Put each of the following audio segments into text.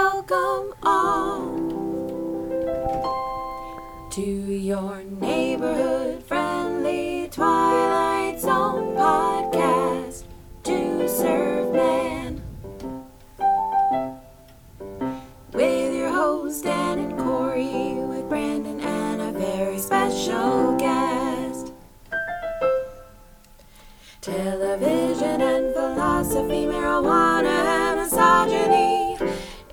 Welcome all to your neighborhood friendly Twilight Zone podcast to serve man with your host Dan and Corey with Brandon and a very special guest. Television and philosophy, marijuana and misogyny.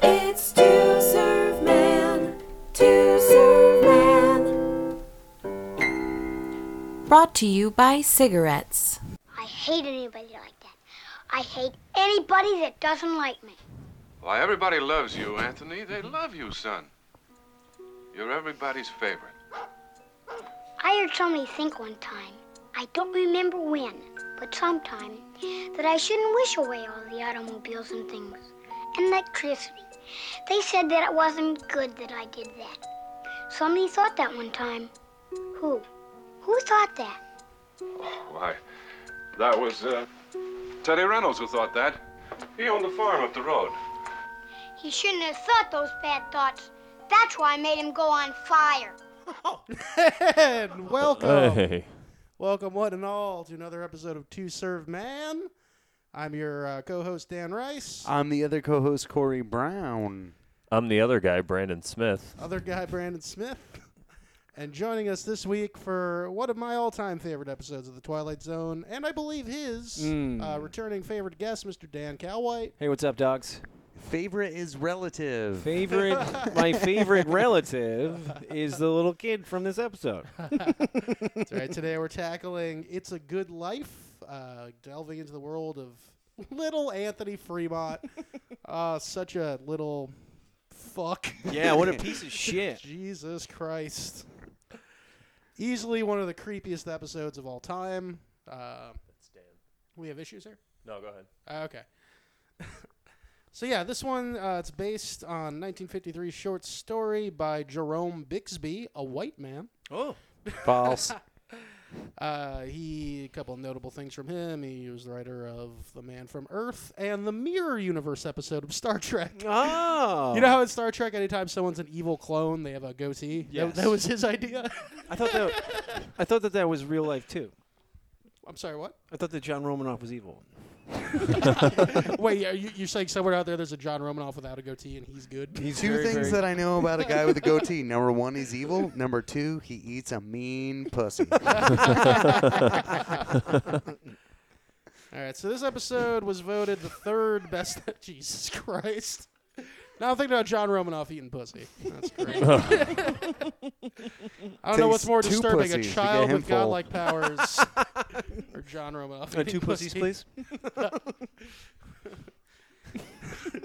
It's to serve man, to serve man. Brought to you by cigarettes. I hate anybody like that. I hate anybody that doesn't like me. Why, everybody loves you, Anthony. They love you, son. You're everybody's favorite. I heard somebody think one time, I don't remember when, but sometime, that I shouldn't wish away all the automobiles and things, and electricity. They said that it wasn't good that I did that. Somebody thought that one time. Who? Who thought that? Why, that was uh, Teddy Reynolds who thought that. He owned the farm up the road. He shouldn't have thought those bad thoughts. That's why I made him go on fire. and welcome, Hey. welcome one and all to another episode of Two Serve Man. I'm your uh, co-host Dan Rice. I'm the other co-host Corey Brown. I'm the other guy, Brandon Smith. Other guy Brandon Smith, and joining us this week for one of my all-time favorite episodes of The Twilight Zone, and I believe his Hmm. uh, returning favorite guest, Mr. Dan Calwhite. Hey, what's up, dogs? Favorite is relative. Favorite, my favorite relative is the little kid from this episode. That's right. Today we're tackling "It's a Good Life," uh, delving into the world of little Anthony Fremont. uh, such a little fuck. Yeah, what a piece of shit. Jesus Christ. Easily one of the creepiest episodes of all time. Uh, we have issues here? No, go ahead. Uh, okay. so, yeah, this one, uh, it's based on 1953 short story by Jerome Bixby, a white man. Oh, False. Uh, he, a couple notable things from him. He was the writer of The Man from Earth and the Mirror Universe episode of Star Trek. oh. You know how in Star Trek, anytime someone's an evil clone, they have a goatee? That- that Yes. was his idea. I thought that I thought that that was real life too. I'm sorry, what? I thought that John Romanoff was evil. Wait, yeah, you, you're saying somewhere out there there's a John Romanoff without a goatee and he's good? He's two very, things very- that I know about a guy with a goatee. Number one, he's evil. Number two, he eats a mean pussy. All right, so this episode was voted the third best. Jesus Christ. Now I'm thinking about John Romanoff eating pussy. That's great. I don't know what's Takes more two disturbing a pussies to get child him with full. godlike powers or John Romanoff. Uh, eating two pussies, pussy. please.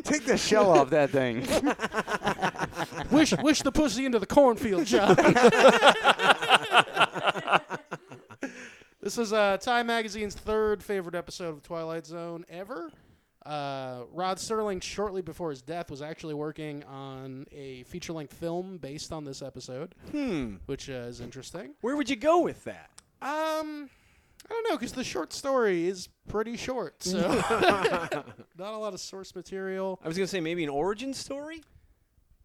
Take the shell off that thing. Wish, wish the pussy into the cornfield, John. this is uh, Time Magazine's third favorite episode of Twilight Zone ever. Uh, Rod Serling, shortly before his death, was actually working on a feature length film based on this episode, Hmm. which uh, is interesting. Where would you go with that? Um, I don't know, because the short story is pretty short, so not a lot of source material. I was gonna say maybe an origin story.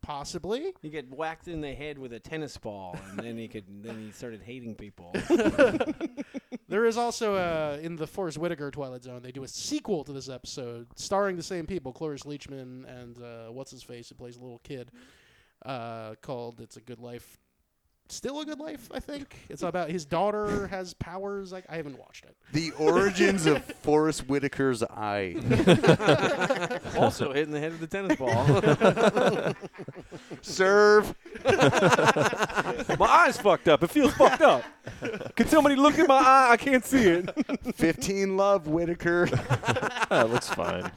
Possibly. You get whacked in the head with a tennis ball, and then he could. Then he started hating people. There is also uh, in the Forrest Whitaker Twilight Zone. They do a sequel to this episode, starring the same people, Cloris Leachman and uh, what's his face who plays a little kid, uh, called "It's a Good Life." Still a good life, I think. It's about his daughter has powers. I, I haven't watched it. the origins of Forrest Whitaker's eye. also hit in the head with a tennis ball. Serve. my eye's fucked up. It feels fucked up. Can somebody look at my eye? I can't see it. 15 love, Whitaker. Ah, it looks fine.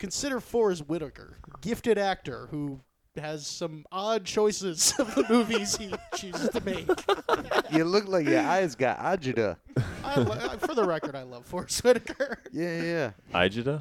Consider Forrest Whitaker, gifted actor who has some odd choices of the movies he chooses to make. you look like your eyes got agita. I lo- for the record, I love Forrest Whitaker. Yeah, yeah. Ijida?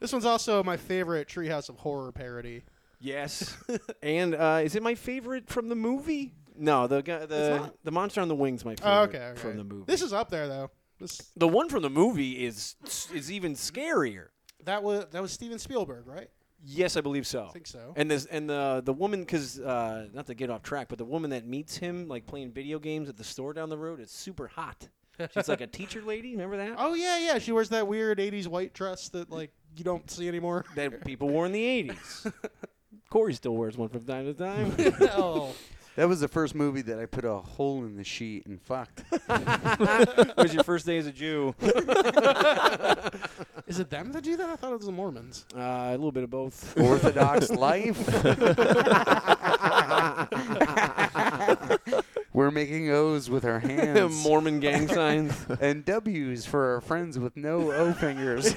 This one's also my favorite Treehouse of Horror parody. Yes. and uh, is it my favorite from the movie? No, the guy, the the monster on the wings, my favorite Oh, okay, okay. from the movie. This is up there though. This the one from the movie is is even scarier. That was that was Steven Spielberg, right? Yes, I believe so. I think so. And this and the the woman, because uh, not to get off track, but the woman that meets him, like playing video games at the store down the road, is super hot. She's like a teacher lady. Remember that? oh yeah, yeah. She wears that weird '80s white dress that like you don't see anymore. That people wore in the '80s. Corey still wears one from time to time. oh, That was the first movie that I put a hole in the sheet and fucked. it was your first day as a Jew. is it them that do that? I thought it was the Mormons. Uh, a little bit of both. Orthodox life. We're making O's with our hands Mormon gang signs. and W's for our friends with no O fingers.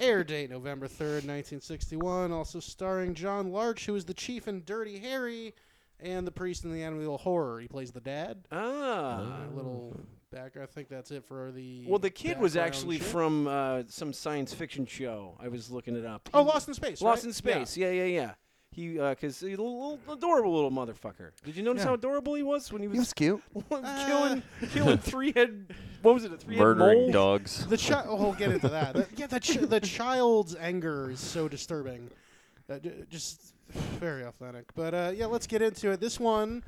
Air date November 3rd, 1961. Also starring John Larch, who is the chief in Dirty Harry and the priest in the Amityville Horror. He plays the dad. Uh, Ah. A little back. I think that's it for the. Well, the kid was background actually shit. from uh, some science fiction show. I was looking it up. Oh, He- Lost in Space. Lost right? in Space. Yeah, yeah, yeah. He, because he's a little, little adorable little motherfucker. Did you notice how adorable he was when he He was was cute. killing, killing three head? What was it? A three head Murdering mole? dogs. The child. Oh, we'll get into that. That- yeah, the, chi- the child's anger is so disturbing. Uh, j- just very authentic. But uh, yeah, let's get into it. This one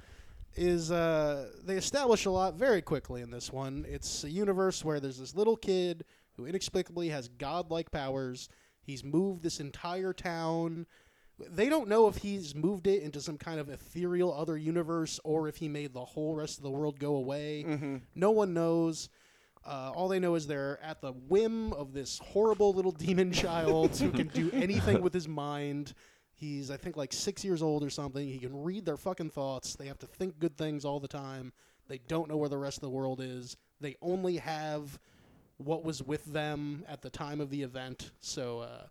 is uh, they establish a lot very quickly in this one. It's a universe where there's this little kid who inexplicably has godlike powers. He's moved this entire town. They don't know if he's moved it into some kind of ethereal other universe or if he made the whole rest of the world go away. No one knows. Uh, all they know is they're at the whim of this horrible little demon child who can do anything with his mind. He's, I think, like six years old or something. He can read their fucking thoughts. They have to think good things all the time. They don't know where the rest of the world is. They only have what was with them at the time of the event. So, uh,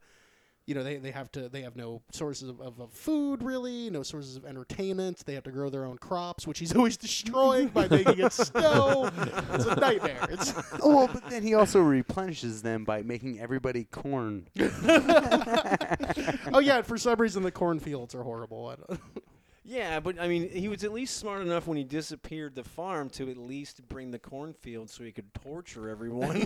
you know, they, they have to they have no sources of, of, of food really, no sources of entertainment. They have to grow their own crops, which he's always destroying by making it snow. It's a nightmare. It's Oh, well, but then he also replenishes them by making everybody corn. oh yeah, for some reason the cornfields are horrible. I don't, Yeah, but I mean, he was at least smart enough when he disappeared the farm to at least bring the cornfield so he could torture everyone.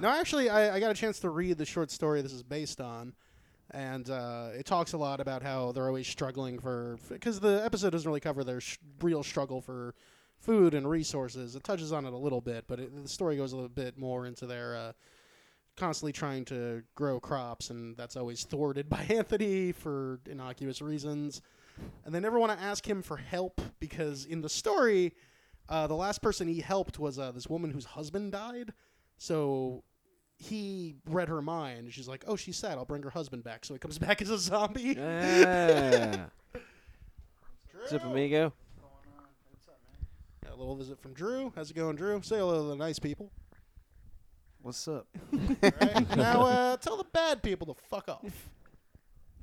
no, actually, I, I got a chance to read the short story this is based on, and uh, it talks a lot about how they're always struggling for because the episode doesn't really cover their sh- real struggle for food and resources. It touches on it a little bit, but it, the story goes a little bit more into their. Uh, constantly trying to grow crops and that's always thwarted by Anthony for innocuous reasons. And they never want to ask him for help because in the story, uh, the last person he helped was uh, this woman whose husband died. So he read her mind. and She's like, "Oh, she's sad. I'll bring her husband back." So he comes back as a zombie. yeah. What's up, amigo? Got a little visit from Drew. How's it going, Drew? Say hello to the nice people. What's up? All right. now uh, tell the bad people to fuck off.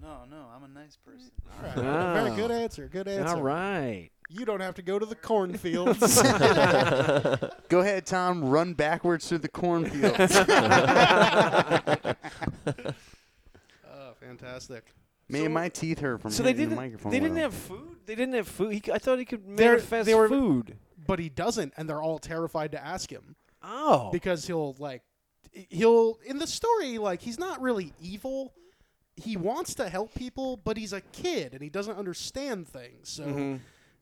No, no, I'm a nice person. All right. Very Oh. good answer. Good answer. All right. You don't have to go to the cornfields. Oh, Go ahead, Tom. Run backwards through the cornfield. oh, fantastic. Man, my teeth hurt from So they hitting didn't. the microphone. They didn't well. have food. They didn't have food. He, c- I thought he could They're- manifest they were- food. But he doesn't, and they're all terrified to ask him Oh, because he'll like he'll in the story like he's not really evil. He wants to help people, but he's a kid and he doesn't understand things. So Mm-hmm.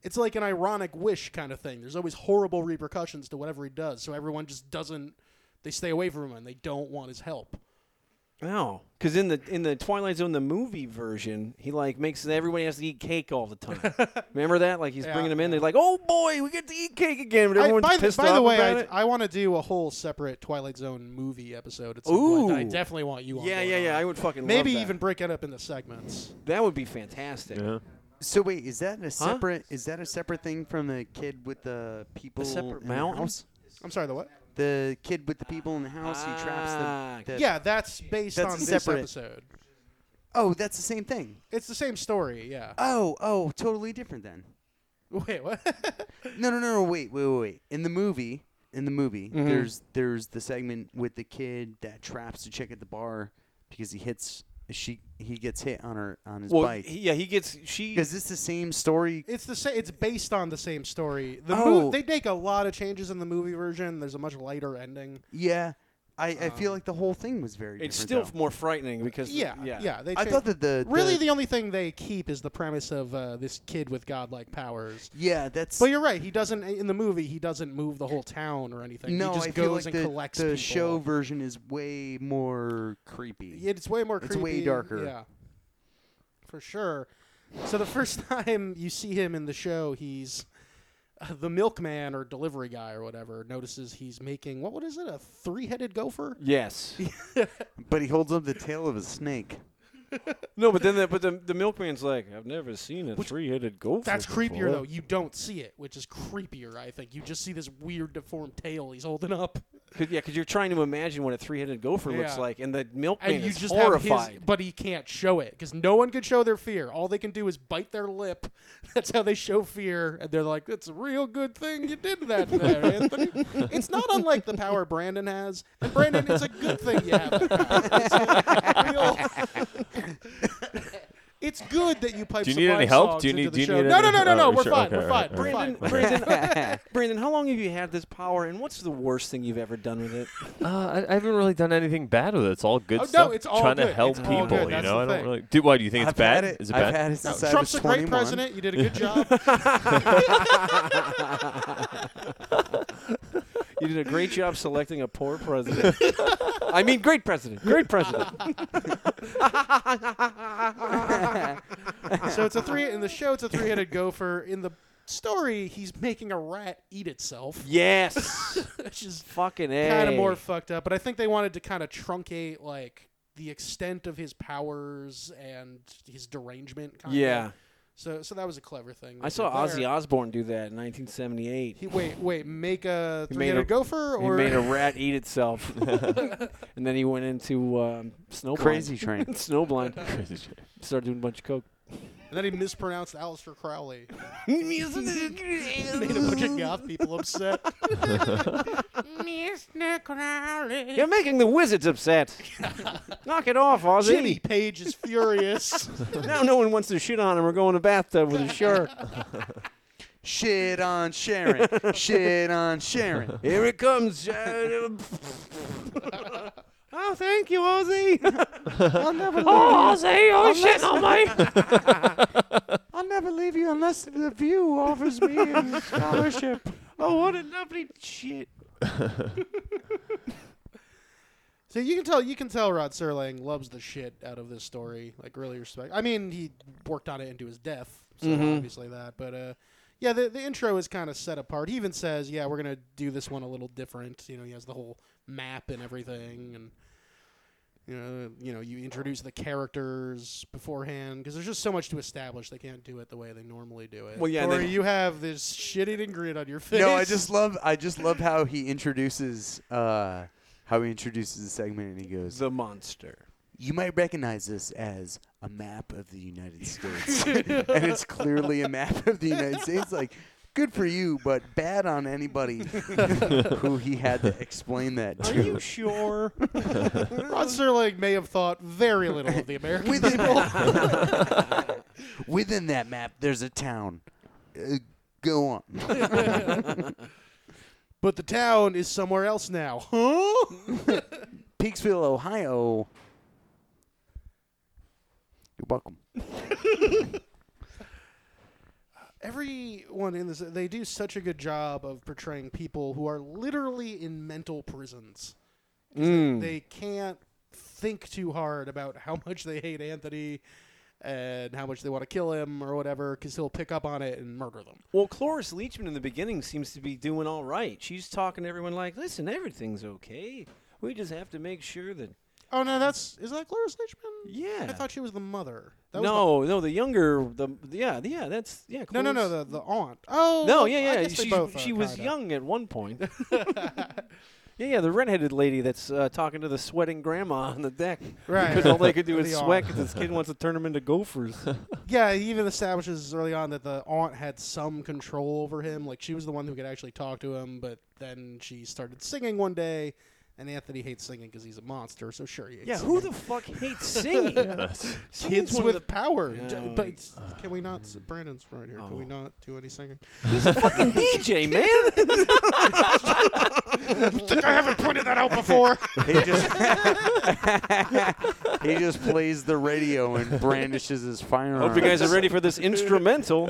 it's like an ironic wish kind of thing. There's always horrible repercussions to whatever he does. So everyone just doesn't they stay away from him and they don't want his help. No, because in the in the Twilight Zone the movie version, he like makes everybody has to eat cake all the time. Remember that? Like he's Yeah, bringing them in. yeah. They're like, "Oh boy, we get to eat cake again." But I- everyone's by, the- pissed by off the way, about I, it. I want to do a whole separate Twilight Zone movie episode. At some point. I Ooh. definitely want you on. yeah, board yeah, on yeah. that. I would fucking Maybe love that. even break it up into segments. that would be fantastic. Yeah. So wait, is that a separate? Is that a separate thing from the kid with the people? separate in the mountain? house? I'm sorry, the what? The kid with the people in the house. he Ah, traps the, the. Yeah, that's based That's on a this separate- episode. Oh, that's the same thing. It's the same story, yeah. Oh, oh, totally different then. Wait, what? No, no, no, no. Wait, wait, wait, wait. In the movie, in the movie, Mm-hmm. there's there's the segment with the kid that traps the chick at the bar because he hits she he gets hit on her on his Well, bike. he- yeah, he gets she. Is this the same story? It's the same. It's based on the same story. The mo- Oh. they make a lot of changes in the movie version. There's a much lighter ending. Yeah, I, I Um, feel like the whole thing was very. It's still different, though. more frightening because the- Yeah, yeah. yeah, they I cha- thought that the, really the only thing they keep is the premise of uh, this kid with godlike powers. yeah that's But you're right. He doesn't in the movie. He doesn't move the whole town or anything. no. he just I goes feel like and the, collects the people. show version is way more creepy. Yeah, It's way more It's creepy. way darker. Yeah, for sure. So the first time you see him in the show, he's uh, the milkman or delivery guy or whatever notices he's making what what is it a three-headed gopher? Yes. But he holds up the tail of a snake. no, but then the, but the the milkman's like, I've never seen a three-headed goat. That's creepier though. You don't see it, which is creepier. I think you just see this weird deformed tail he's holding up, Cause, yeah, because you're trying to imagine what a three-headed gopher looks Yeah. like, and the milkman and you is just horrified. have his. But he can't show it because no one can show their fear. All they can do is bite their lip. That's how they show fear, and they're like, "That's a real good thing you did that there, Anthony." it's not unlike the power Brandon has, and Brandon, it's a good thing you have. That power. It's, a real- It's good that you pipe. Do you some need any live help? songs Do you need- into the do you show. need No, no, any- no, no, oh, no. you We're sure? fine. Okay, We're all fine. right, We're all fine. right. Brandon, Brandon, Brandon, how long have you had this power, and what's the worst thing you've ever done with it? Uh, I, I haven't really done anything bad with it. It's all good Oh, no, stuff. it's all trying good. to It's help all people. good. You That's know, the I thing. don't really. Do why do you think I've it's bad? had it. Is it I've bad? had it since I Trump's was a great 21. president. You did a good job. You did a great job selecting a poor president. I mean, great president, great president. so it's a three in the show. It's a three-headed gopher. In the story, he's making a rat eat itself, yes, which is fucking a. kind of more fucked up. But I think they wanted to kind of truncate like the extent of his powers and his derangement. Kind yeah, So so that was a clever thing. I they saw did Ozzy there. Osbourne do that in 1978. He, wait, wait, make a He made a- three-headed gopher, He or made a rat eat itself, and then he went into um, snowblind. Crazy Train. snowblind. Started doing a bunch of coke. and then he mispronounced Aleister Crowley. made a bunch of goth people upset. Mr. Crowley. You're making the wizards upset. Knock it off, Ozzy. Jimmy Page is furious. Now no one wants to shit on him or go in a bathtub with a shark. Shit on Sharon. Shit on Sharon. Here it comes. oh, thank you, Ozzy. I'll never leave you. oh shit on me! I'll never leave you unless the View offers me a scholarship. oh, what a lovely shit. So you can tell you can tell Rod Serling loves the shit out of this story. Like really respect. I mean, he worked on it into his death, so obviously that. But uh, yeah, the the intro is kind of set apart. He even says, "Yeah, we're gonna do this one a little different." You know, he has the whole map and everything, and you know, you know, you introduce the characters beforehand because there's just so much to establish. They can't do it the way they normally do it. Well, yeah, or they- you have this shit-eating grin on your face. No, I just love I just love how he introduces uh how he introduces the segment and he goes The monster. You might recognize this as a map of the United States. and it's clearly a map of the United States. Like, good for you, but bad on anybody who he had to explain that Are to. you sure? Rod Serling may have thought very little of the American Within, people. within that map, there's a town. Uh, go on. But the town is somewhere else now. Huh? Peaksville, Ohio. You're welcome. Everyone in this, they do such a good job of portraying people who are literally in mental prisons. 'Cause They, they can't think too hard about how much they hate Anthony and how much they want to kill him or whatever, because he'll pick up on it and murder them. Well, Cloris Leachman in the beginning seems to be doing all right. She's talking to everyone like, listen, everything's okay. We just have to make sure that. Oh no, that's is that Cloris Leachman? Yeah. I thought she was the mother. That Was no, no, the younger, the yeah, yeah, that's yeah. the, no, no, no, Cloris- the, the aunt. Oh no, I yeah, yeah. guess they She, both are, she was kinda. young at one point. yeah, yeah, the redheaded lady that's uh, talking to the sweating grandma on the deck. Right. Because all they could do The is arm. sweat because this kid wants to turn them into gophers. Yeah, he even establishes early on that the aunt had some control over him. Like she was the one who could actually talk to him, but then she started singing one day, And Anthony hates singing because he's a monster. So sure, he hates Yeah, singing. who the fuck hates singing? Singing's kids one of with power? D- Oh, but y- s- can we not? s- Brandon's right here. Can we not do any singing? the DJ, man. I haven't pointed that out before. He just he just plays the radio and brandishes his firearm. Hope you guys are ready for this instrumental.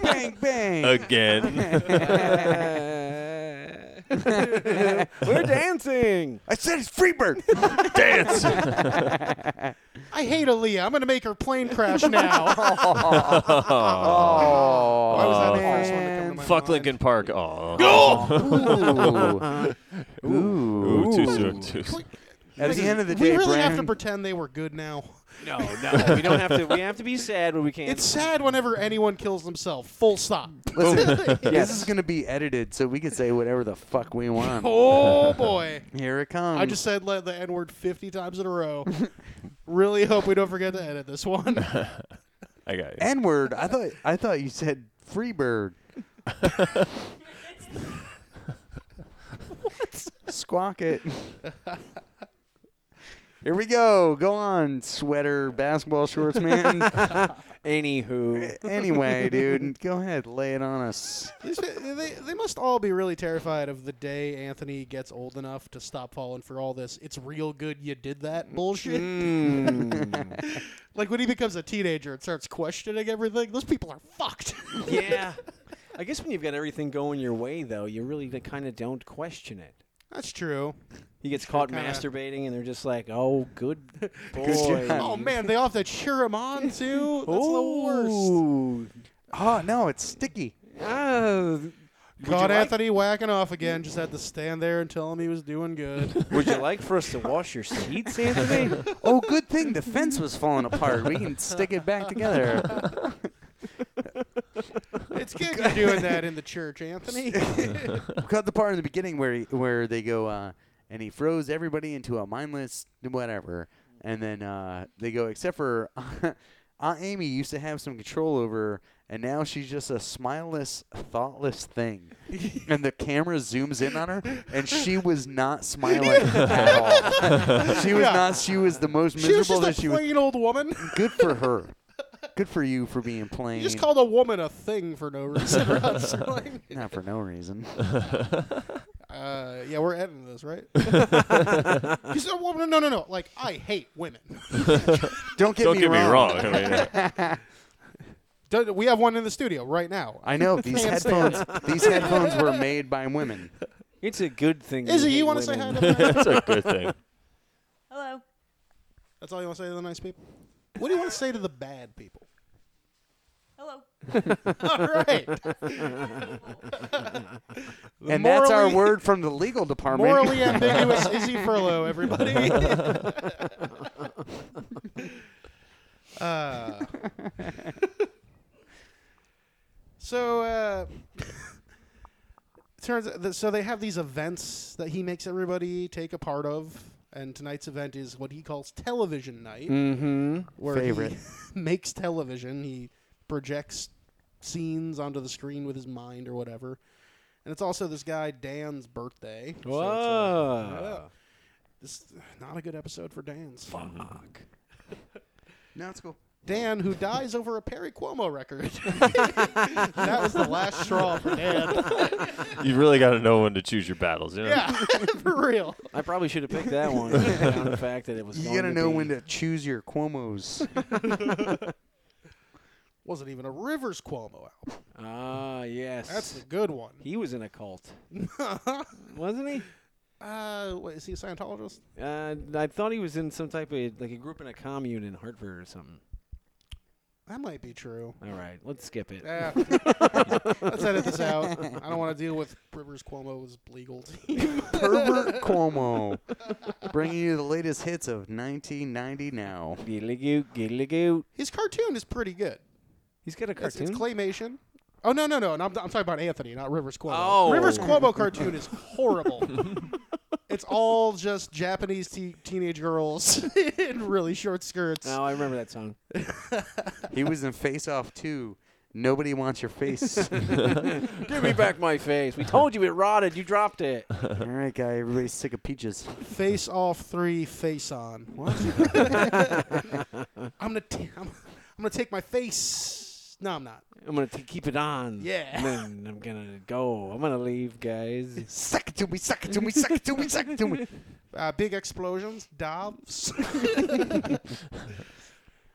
bang bang. Again. We're dancing. I said it's Freebird. Oh. Dance. I hate Aaliyah. I'm gonna make her plane crash now. Oh, Why was that the first one to come to my Fuck mind? Lincoln Park. Oh. Ooh. Ooh. Ooh, too soon. Too soon. At the end of the we day, really have to Brandon- pretend they were good now. No, no, we don't have to. We have to be sad when we can't. It's sad whenever anyone kills themselves. Full stop. Listen, this is going to be edited, so we can say whatever the fuck we want. Oh boy. Here it comes. I Hmm. just said let the N word 50 times in a row. really hope we don't forget to edit this one. I got you. N word. I thought I thought you said Freebird. Squawk it. Here we go. Go on, sweater, basketball shorts, man. Anywho, anyway, dude, go ahead, lay it on us. These- they, they must all be really terrified of the day Anthony gets old enough to stop falling for all this. It's real good you did that bullshit. Hmm. like when he becomes a teenager and starts questioning everything, those people are fucked. yeah. I guess when you've got everything going your way, though, you really kind of don't question it. That's true. He gets caught kinda- masturbating, and they're just like, "Oh, good boy." job. Oh man, they all have to cheer him on too. That's the worst. Ooh. Oh no, it's sticky. Ah, Caught Anthony whacking off again. Just had to stand there and tell him he was doing good. would you like for us to wash your seats, Anthony? Oh, good thing the fence was falling apart. We can stick it back together. it's good you're doing that in the church, Anthony. We cut the part in the beginning where he, where they go uh, and he froze everybody into a mindless whatever, and then uh, they go except for Aunt Amy used to have some control over, her, and now she's just a smileless, thoughtless thing. and the camera zooms in on her, and she was not smiling at all. she was Yeah. not. She was the most she was miserable just a that she was. plain old woman. Good for her. Good for you for being plain. You just called a woman a thing for no reason. Rod Serling. not for no reason. uh, yeah, we're editing this, right? you said woman. No, no, no. Like I hate women. Don't get Don't me get wrong. me wrong. I mean, yeah. Don't- We have one in the studio right now. I know these Can't headphones. These headphones were made by women. it's a good thing. Izzy, you want to say hi? To the nice- That's a good thing. Hello. That's all you want to say to the nice people. What do you want to say to the bad people? Hello. All right. and that's our morally- word from the legal department. Morally ambiguous Izzy Furlow, everybody. uh, so, uh, turns th- so they have these events that he makes everybody take a part of, and tonight's event is what he calls television night, Mm-hmm. where Favorite. he makes television. He projects scenes onto the screen with his mind or whatever. And it's also this guy Dan's birthday. so it's, uh, Whoa. this not a good episode for Dan's. Fuck. no, it's cool. Dan, who dies over a Perry Cuomo record. that was the last straw for Dan. You really got to know when to choose your battles. You know? yeah, for real. I probably should have picked that one. on the fact that it was. You going gotta know be- when to choose your Cuomo's. Wasn't even a Rivers Cuomo album. Ah, yes. That's a good one. he was in a cult, wasn't he? uh, what, is he a Scientologist? Uh, I thought he was in some type of like a group in a commune in Hartford or something. That might be true. All right, let's skip it. Yeah. Let's edit this out. I don't want to deal with Rivers Cuomo's legal team. Pervert Cuomo, bringing you the latest hits of 1990 now. Gilligoot, gilligoot. His cartoon is pretty good. He's got a It's, cartoon. it's claymation. Oh no no no! And I'm, I'm talking about Anthony, not Rivers Cuomo. Oh. Rivers Cuomo cartoon is horrible. it's all just Japanese te- teenage girls in really short skirts. oh, I remember that song. He was in Face Off 2, Nobody wants your face. Give me back my face. We told you it rotted. You dropped it. All right, guy. Everybody's sick of peaches. Face off three, face on. What? I'm gonna, t- I'm, I'm gonna take my face. No, I'm not. I'm gonna t- keep it on. Yeah. And then I'm gonna go. I'm gonna leave, guys. Suck it to me. Suck it to me. Suck it to me. Suck it to me. Uh, big explosions, dolls.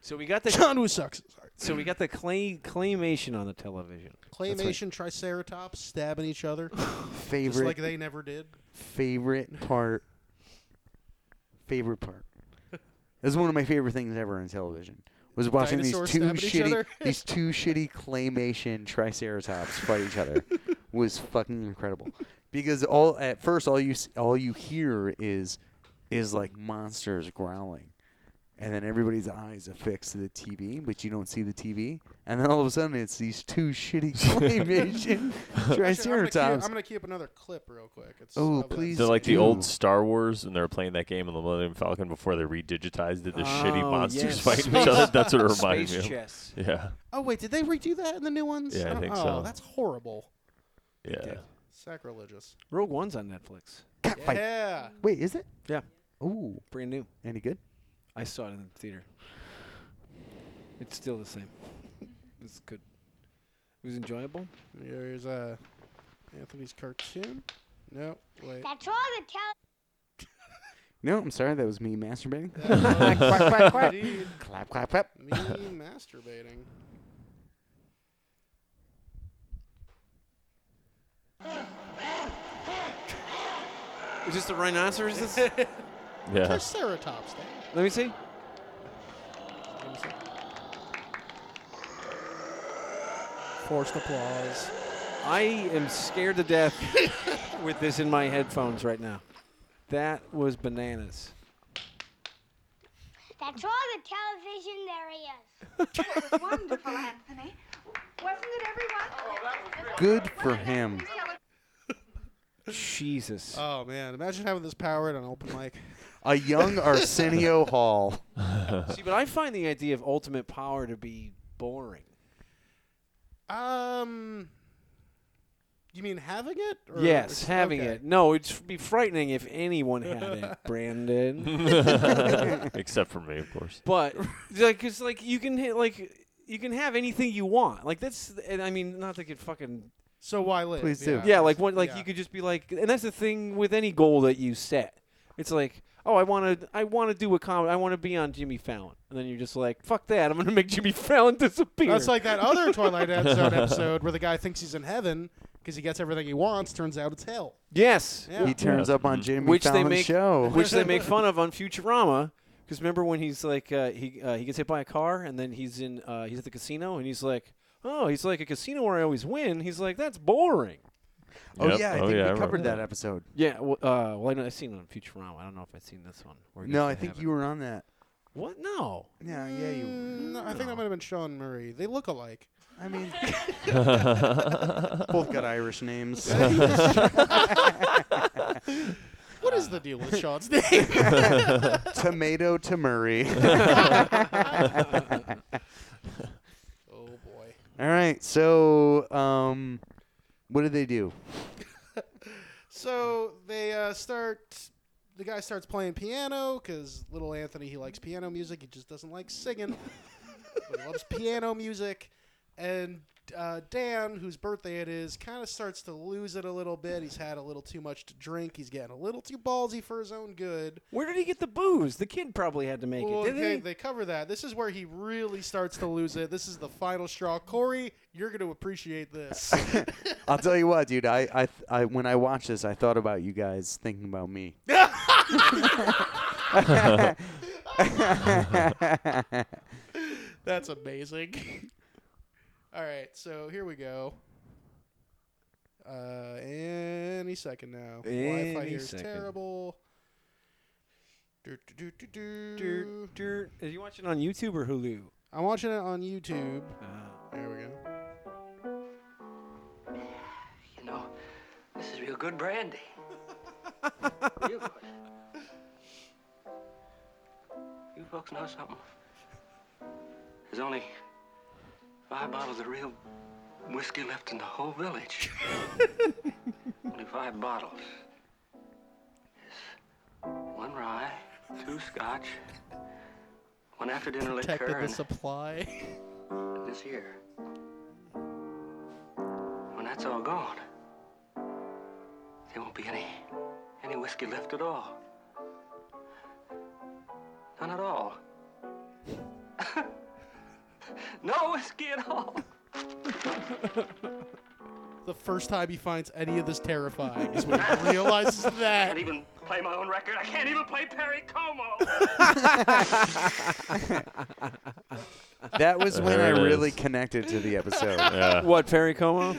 So we got the John Woo sucks. Sorry. so we got the clay claymation on the television. Claymation Triceratops stabbing each other, just Favorite. like they never did. favorite part. Favorite part. This is one of my favorite things ever on television. Was watching these Dinosaurs two stabbing each shitty, other? these two shitty claymation triceratops fight each other. Was fucking incredible. Because all at first, all you s- all you hear is is like monsters growling, and then everybody's eyes affixed to the TV, but you don't see the TV. And then all of a sudden, it's these two shitty claymation Actually, I'm gonna keep- triceratops. I'm gonna keep another clip real quick. It's Oh, of that. please. They're like the Ooh. old Star Wars, and they're playing that game on the Millennium Falcon before they redigitized it. The shitty Oh, monsters yes. fighting each other. That's what it Space reminded me of. chess. Yeah, Oh wait, did they redo that in the new ones? Yeah, I don't- think oh, so. that's horrible. yeah. Sacrilegious. Rogue One's on Netflix. Catfight. Yeah. Wait, is it? Yeah. Ooh, Brand new. any good? I saw it in the theater. It's still the same. It's good. It was enjoyable. Here's uh, Anthony's cartoon. No, wait. That's all the television. No, I'm sorry, that was me masturbating. That was Quack, quack, quack. indeed clap, clap, clap. Me masturbating. Is this the rhinoceros? Is this? Yeah. Triceratops. Dad. Let me see. Let me see. Forced applause. I am scared to death with this in my headphones right now. That was bananas. That's all the television there is. Wonderful, Anthony. Wasn't it everyone? Good for him. Jesus. Oh man, imagine having this power at an open mic. A young Arsenio Hall. see, but I find the idea of ultimate power to be boring. Um, you mean having it? Or yes, it's- having okay. it. No, it'd be frightening if anyone had it, Brandon. Except for me, of course. But like, it's like you can hit like you can have anything you want. Like that's, and I mean, not to get fucking So why live? Please do. Yeah, like one, like Yeah. you could just be like, and that's the thing with any goal that you set. It's like, oh, I want to, I want to do a comedy, I want to be on Jimmy Fallon, and then you're just like, fuck that, I'm gonna make Jimmy Fallon disappear. That's like that other Twilight Zone episode where the guy thinks he's in heaven because he gets everything he wants. Turns out it's hell. yes, Yeah. He turns up on Jimmy Which they Fallon's make- show. which they make fun of on Futurama. Because remember when he's like, uh, he uh, he gets hit by a car, and then he's in, uh, he's at the casino, and he's like, oh, he's like a casino where I always win. He's like, that's boring. oh Yep. yeah, I Oh, think yeah, I we covered remember. that episode. Yeah, well, uh, well I know, I've seen it on Futurama. I don't know if I've seen this one. Where he No, goes I to think heaven. you were on that. What? No. Yeah, yeah, you. were. No, Mm, I think that might have been Sean Murray. They look alike. I mean, both got Irish names. What is the deal with Sean's name? Tomato to Murray. oh boy. All right, so um, what did they do? So they uh, start. The guy starts playing piano because little Anthony he likes piano music. He just doesn't like singing, but he loves piano music. And uh, Dan, whose birthday it is, kind of starts to lose it a little bit. He's had a little too much to drink. He's getting a little too ballsy for his own good. Where did he get the booze? The kid probably had to make Well, it, didn't okay, he? they cover that. This is where he really starts to lose it. This is the final straw. Corey, you're going to appreciate this. I'll tell you what, dude. I, I, I, when I watched this, I thought about you guys thinking about me. That's amazing. All right, so here we go. Uh, any second now. Wi-Fi Any here's second. terrible. Do, do, do, do, do. Dirt, dirt. Are you watching on YouTube or Hulu? I'm watching it on YouTube. Uh, There we go. You know, this is real good brandy. real good. You folks know something. There's only Five bottles of real whiskey left in the whole village. Only five bottles. Yes. One rye, two scotch, one after dinner Protected liquor, the and supply. this year. When that's all gone, there won't be any any whiskey left at all. None at all. no whiskey at all. The first time he finds any of this terrifying is when he realizes I that. can't even play my own record. I can't even play Perry Como. That was when I There it really is. connected to the episode. Yeah. What, Perry Como?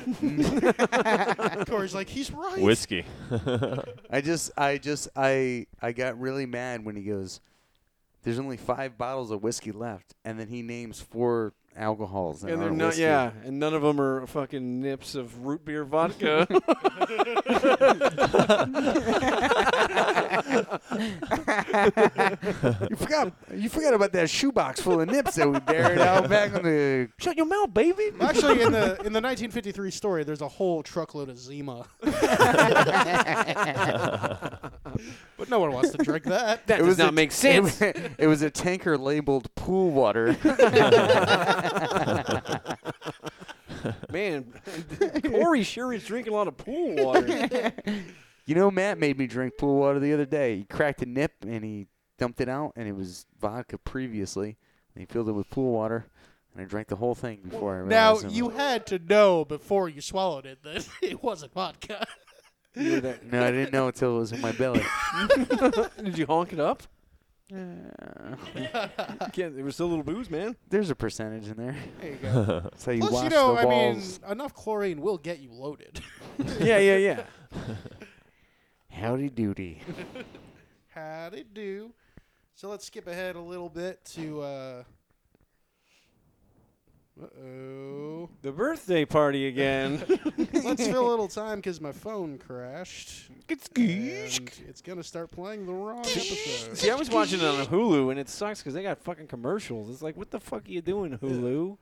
Corey's like, he's right. Whiskey. I just, I just, I, I got really mad when he goes. There's only five bottles of whiskey left, and then he names four alcohols. that and they're aren't not, whiskey. yeah, and none of them are fucking nips of root beer vodka. you forgot, you forgot about that shoebox full of nips that we buried out back on the. Shut your mouth, baby. Well, Actually, in the in the 1953 story, there's a whole truckload of Zima. but no one wants to drink that. That does not make sense. It, wa- it was a tanker labeled pool water. Man, Corey sure is drinking a lot of pool water. you know, Matt made me drink pool water the other day. He cracked a nip and he dumped it out, and it was vodka previously. And he filled it with pool water, and I drank the whole thing before I Now realized. I'm you like, had to know before you swallowed it that it wasn't vodka. You were there. No, I didn't know until it was in my belly. Did you honk it up? Uh, Again, there was still a little booze, man. there's a percentage in there. There you go. That's how you Plus, wash you know, the I mean, walls. enough chlorine will get you loaded. yeah, yeah, yeah. Howdy doody. How to do? So let's skip ahead a little bit to. uh oh. The birthday party again. Let's fill a little time because my phone crashed. And it's gonna start playing the wrong episode. See, I was watching it on Hulu, and it sucks because they got fucking commercials. It's like, what the fuck are you doing, Hulu?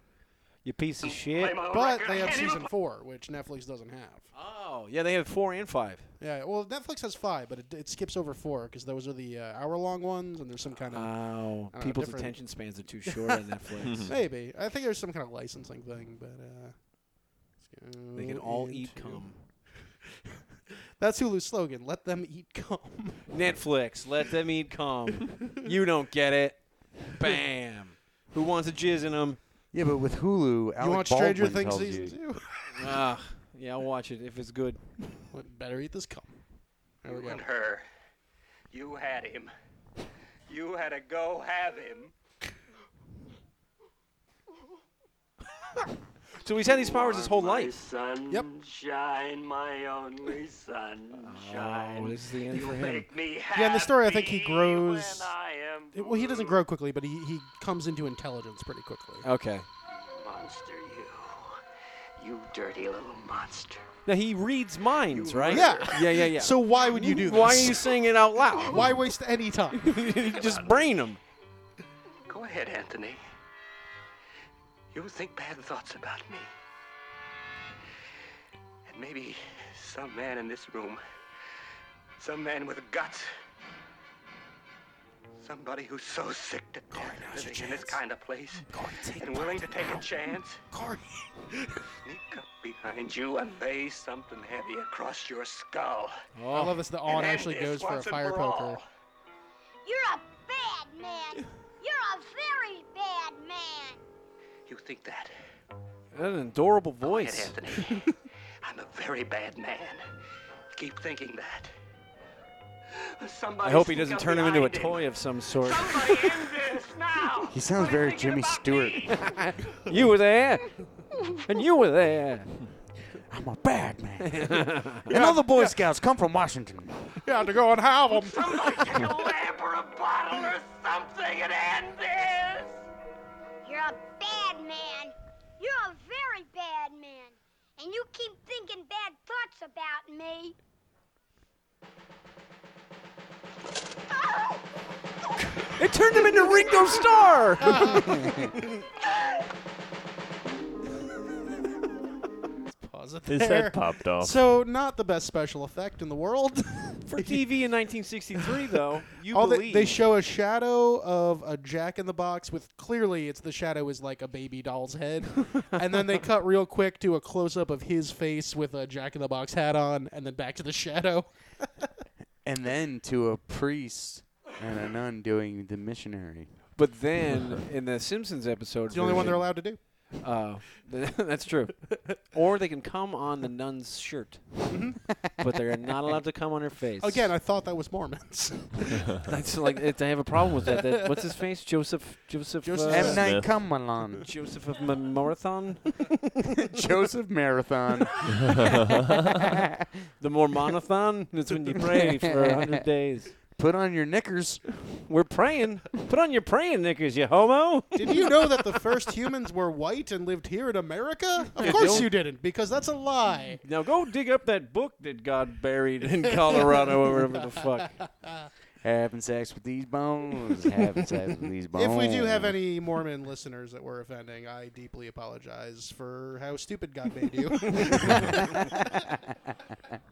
You piece of play shit. Oh my own But record. they I have can't even season four, which Netflix doesn't have. Oh, yeah, they have four and five. Yeah, well, Netflix has five, but it, it skips over four because those are the uh, hour-long ones, and there's some kind of Oh, Uh, people's different- attention spans are too short on Netflix. maybe. I think there's some kind of licensing thing, but uh, let's go they can all eat into- cum. That's Hulu's slogan: "Let them eat cum." Netflix, let them eat cum. you don't get it. Bam. Who wants a jizz in them? Yeah, but with Hulu, Alec you want Stranger Baldwin Things tells season you- two? Ah, yeah, I'll watch it if it's good. Let- Better eat this cum. There we You go. and her. You had him. You had to go have him. So he's had these powers his whole My life. Sunshine, my only sunshine. Oh, this is the end you for him. make me happy Yeah, in the story, I think he grows- when I am It- well, he doesn't grow quickly, but he, he comes into intelligence pretty quickly. Okay. monster, you. You dirty little monster. Now he reads minds, right? Yeah. yeah, yeah, yeah. So why would you do this? why are you saying it out loud? Why waste any time? You just brain him. Go ahead, Anthony. You think bad thoughts about me. And maybe some man in this room, some man with guts, somebody who's so sick to death of living in this kind of place and willing to take a chance, Corey. sneak up behind you and lay something heavy across your skull. I love this. The on and end actually goes this for a once and fire poker. all. You're a bad man. You're a very bad man. You think that? That's an adorable Ed voice. Anthony, I'm a very bad man. Keep thinking that. Somebody I hope he sneak doesn't up turn him into a behind toy of some sort. Somebody end this now. He sounds Quit very thinking Jimmy about Stewart. me. you were there, and you were there. I'm a bad man. and all the Boy Scouts come from Washington. Yeah, to go and have them. Somebody take a lamp or a bottle or something and end this. You're a bad man. You're a very bad man. And you keep thinking bad thoughts about me. It turned him into Ringo Starr. it His there. head popped off. So not the best special effect in the world. For TV in 1963, though, you All they, believe they show a shadow of a Jack in the Box with clearly it's the shadow is like a baby doll's head, and then they cut real quick to a close up of his face with a Jack in the Box hat on, and then back to the shadow. and then to a priest and a nun doing the missionary. But then in the Simpsons episode, It's the only one they're allowed to do. Oh, that's true. or they can come on the nun's shirt, but they're not allowed to come on her face. Mm-hmm. Again, I thought that was Mormons. that's like it, I have a problem with that. that what's his face? Joseph Joseph Joseph uh, M. Smith. Night Kamalan. Joseph of Ma- Marathon, Joseph Marathon. the Mormonathon. It's when you pray for a hundred days. Put on your knickers. We're praying. Put on your praying knickers, you homo. Did you know that the first humans were white and lived here in America? Of course you didn't, because that's a lie. Now go dig up that book that got buried in Colorado or wherever the fuck. Having sex with these bones. Having sex with these bones. If we do Oh. have any Mormon listeners that we're offending, I deeply apologize for how stupid God made you.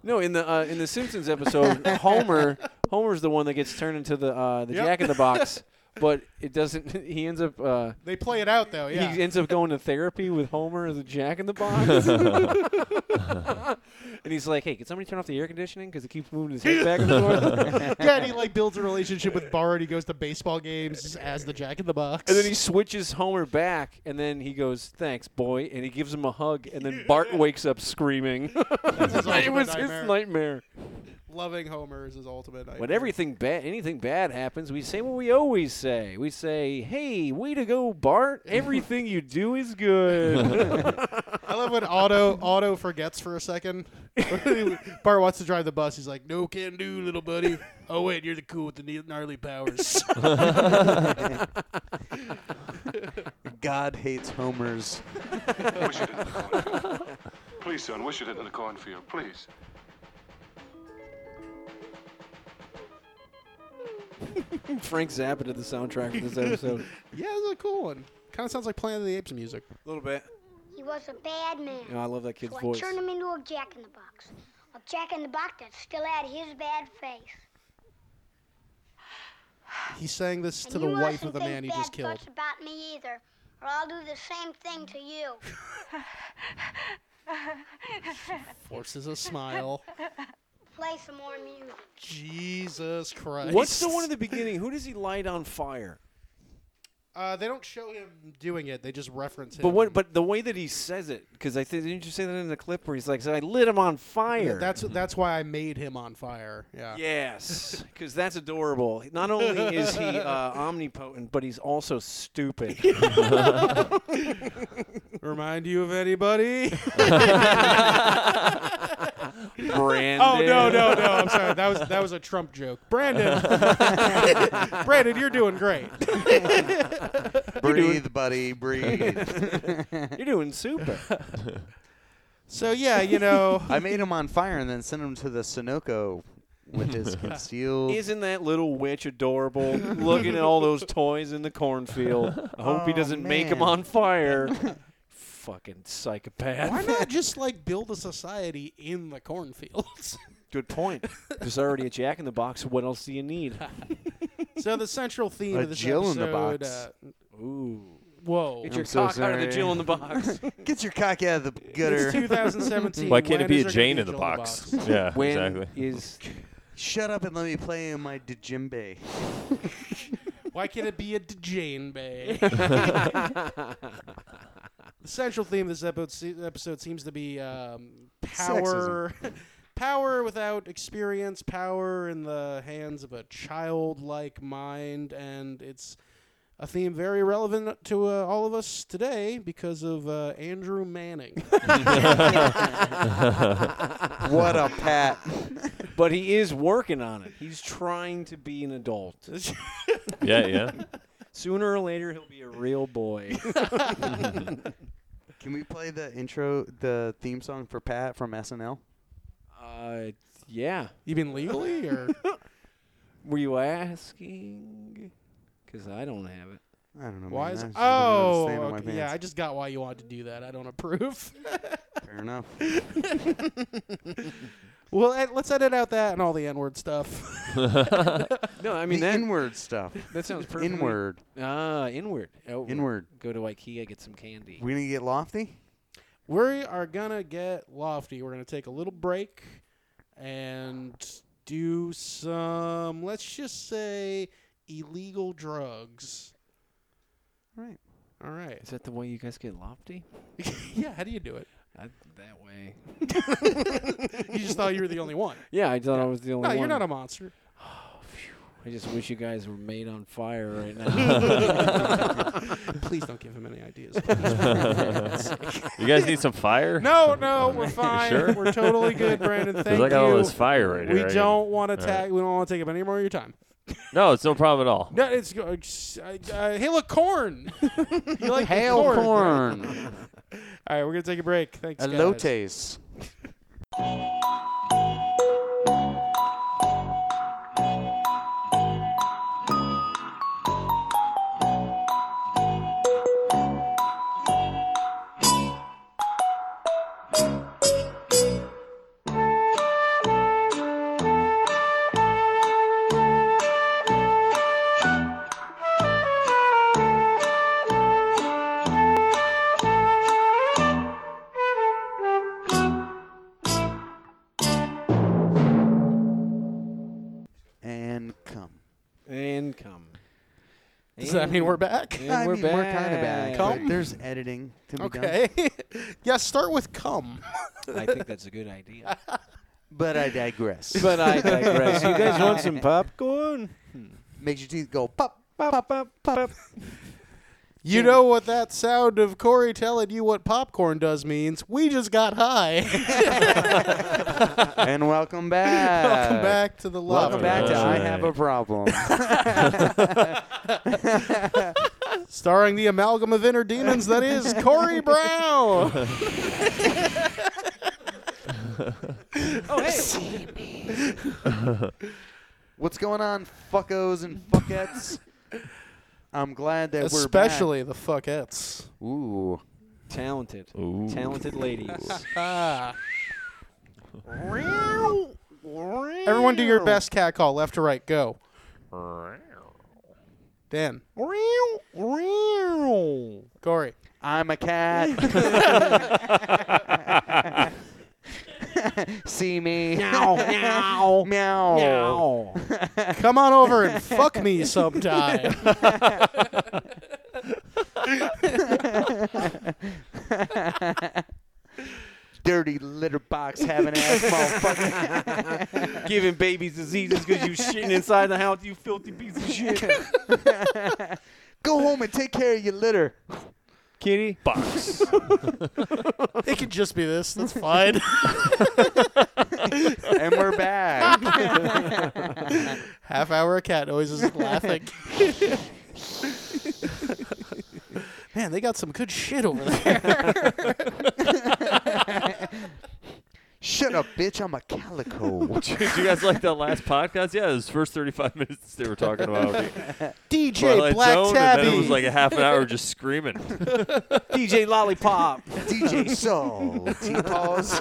No, in the uh, in the Simpsons episode, Homer Homer's the one that gets turned into the uh, the Yep. Jack in the Box, but it doesn't. He ends up uh, they play it out though, yeah. he ends up going to therapy with Homer as a Jack in the Box, and he's like, "Hey, can somebody turn off the air conditioning because it keeps moving his head back and forth?" yeah, and he like builds a relationship with Bart. He goes to baseball games as the Jack in the Box. And then he switches Homer back, and then he goes, "Thanks, boy," and he gives him a hug, and then Bart wakes up screaming. his it ultimate was nightmare. his nightmare. loving Homer is his ultimate. Nightmare. When everything bad, anything bad happens, we say what we always say. We say, "Hey, way to go, Bart! Everything you do is good." I love when Otto Otto forgets for a second. Bart wants to drive the bus. He's like, "No can do, little buddy." Oh wait, you're the cool with the gna- gnarly powers. God hates Homer's. Wish it into the cornfield. Please, son, wish it into the cornfield, please. Frank Zappa did the soundtrack for this episode. yeah, it's a cool one. Kind of sounds like Planet of the Apes music. A little bit. He was a bad man. I love that kid's so voice. I turned him into a jack in the box. A jack in the box that still had his bad face. He sang this to and the you wife mustn't of the think man he bad just killed. thoughts about me either, or I'll do the same thing to you. Forces a smile. Play some more music. Jesus Christ. What's the one at the beginning? Who does he light on fire? Uh, they don't show him doing it. They just reference him. But what? But the way that he says it, because I think didn't you say that in the clip where he's like, "So "I lit him on fire." Yeah, that's that's why I made him on fire. Yeah. Yes, because that's adorable. Not only is he uh, omnipotent, but he's also stupid. Oh, Remind you of anybody? Brandon. Oh no no no! I'm sorry. That was that was a Trump joke. Brandon, Brandon, you're doing great. Breathe, buddy, breathe. You're doing super. So yeah, you know, I made him on fire and then sent him to the Sunoco with his concealed. Isn't that little witch adorable? Looking at all those toys in the cornfield. I hope he Oh, doesn't make 'em make them man. on fire. Fucking psychopath. why not just like build a society in the cornfields? Good point. There's already a Jack in the Box. What else do you need? so the central theme A of this Jill in episode. the box. Uh, Ooh. whoa. Get your so cock out of the sorry. Jill in the Box. Get your cock out of the It's gutter. 2017. Why can't When it be is there a gonna Jane in the Jill box? yeah, When exactly. is- Shut up and let me play in my djembe. Why can't it be a D- Jane Bay? the central theme of this episode, episode seems to be um, power, power without experience, power in the hands of a childlike mind, and it's a theme very relevant to uh, all of us today because of uh, Andrew Manning. What a pat. But he is working on it. He's trying to be an adult. yeah, yeah. Sooner or later, he'll be a real boy. Can we play the intro, the theme song for Pat from SNL? uh, yeah. you mean legally, or Were you asking? Because I don't have it. I don't know. Why man. is I just oh don't understand why okay, yeah? bands- I just got why you wanted to do that. I don't approve. Fair enough. well, ed- let's edit out that and all the n-word stuff. No, I mean the that. inward stuff. that sounds perfect. Inward. Ah, inward. Outward. Inward. Go to IKEA, get some candy. We're gonna get lofty. we are gonna get lofty. We're gonna take a little break and do some. Let's just say illegal drugs. All right. All right. Is that the way you guys get lofty? yeah. How do you do it? I, that way. You just thought you were the only one. Yeah, I thought I was the only No, one. you're not a monster. I just wish you guys were made on fire right now. Please don't give him any ideas. You guys need some fire? no, no, we're fine. sure? We're totally good, Brandon. Thank Because I you. got all this fire right we here. I can- don't want to right. tag. We don't want to take up any more of your time. No, it's no problem at all. No, it's go- it's- uh, I- I- hail of corn. you like the Hail corn. corn. All right, we're gonna take a break. Thanks, guys. Elotes. And come. and come. Does that mean we're back? And I we're mean, we're kind of back. but Come? There's editing to be done. Okay. yeah, start with come. I think that's a good idea. But I digress. but I digress. You guys want some popcorn? Makes your teeth go pop. Pop, pop, pop. You know what that sound of Corey telling you what popcorn does means? We just got high. and welcome back. Welcome back to the love. Welcome back to I Have a Problem. starring the amalgam of inner demons that is Corey Brown. What's going on, fuckos and fuckettes? I'm glad that Especially the fuckettes. we're back. Ooh. Talented. Ooh. Talented ladies. Ah. Everyone do your best cat call, left to right, go. Dan. Corey. I'm a cat. See me. Meow, meow. meow. Meow. Come on over and fuck me sometime. Dirty litter box having ass motherfucker. Giving babies diseases because you shitting inside the house, you filthy piece of shit. Go home and take care of your litter. Kitty. Box. it could just be this. That's fine. And we're back. Half hour of cat noises and laughing. Man, they got some good shit over there. Shut up, bitch. I'm a calico. Did you guys like that last podcast? Yeah, it was the first 35 minutes they were talking about DJ Twilight Black Zone, Tabby. and then it was like a half an hour just screaming. DJ Lollipop. DJ Soul. T-Paws.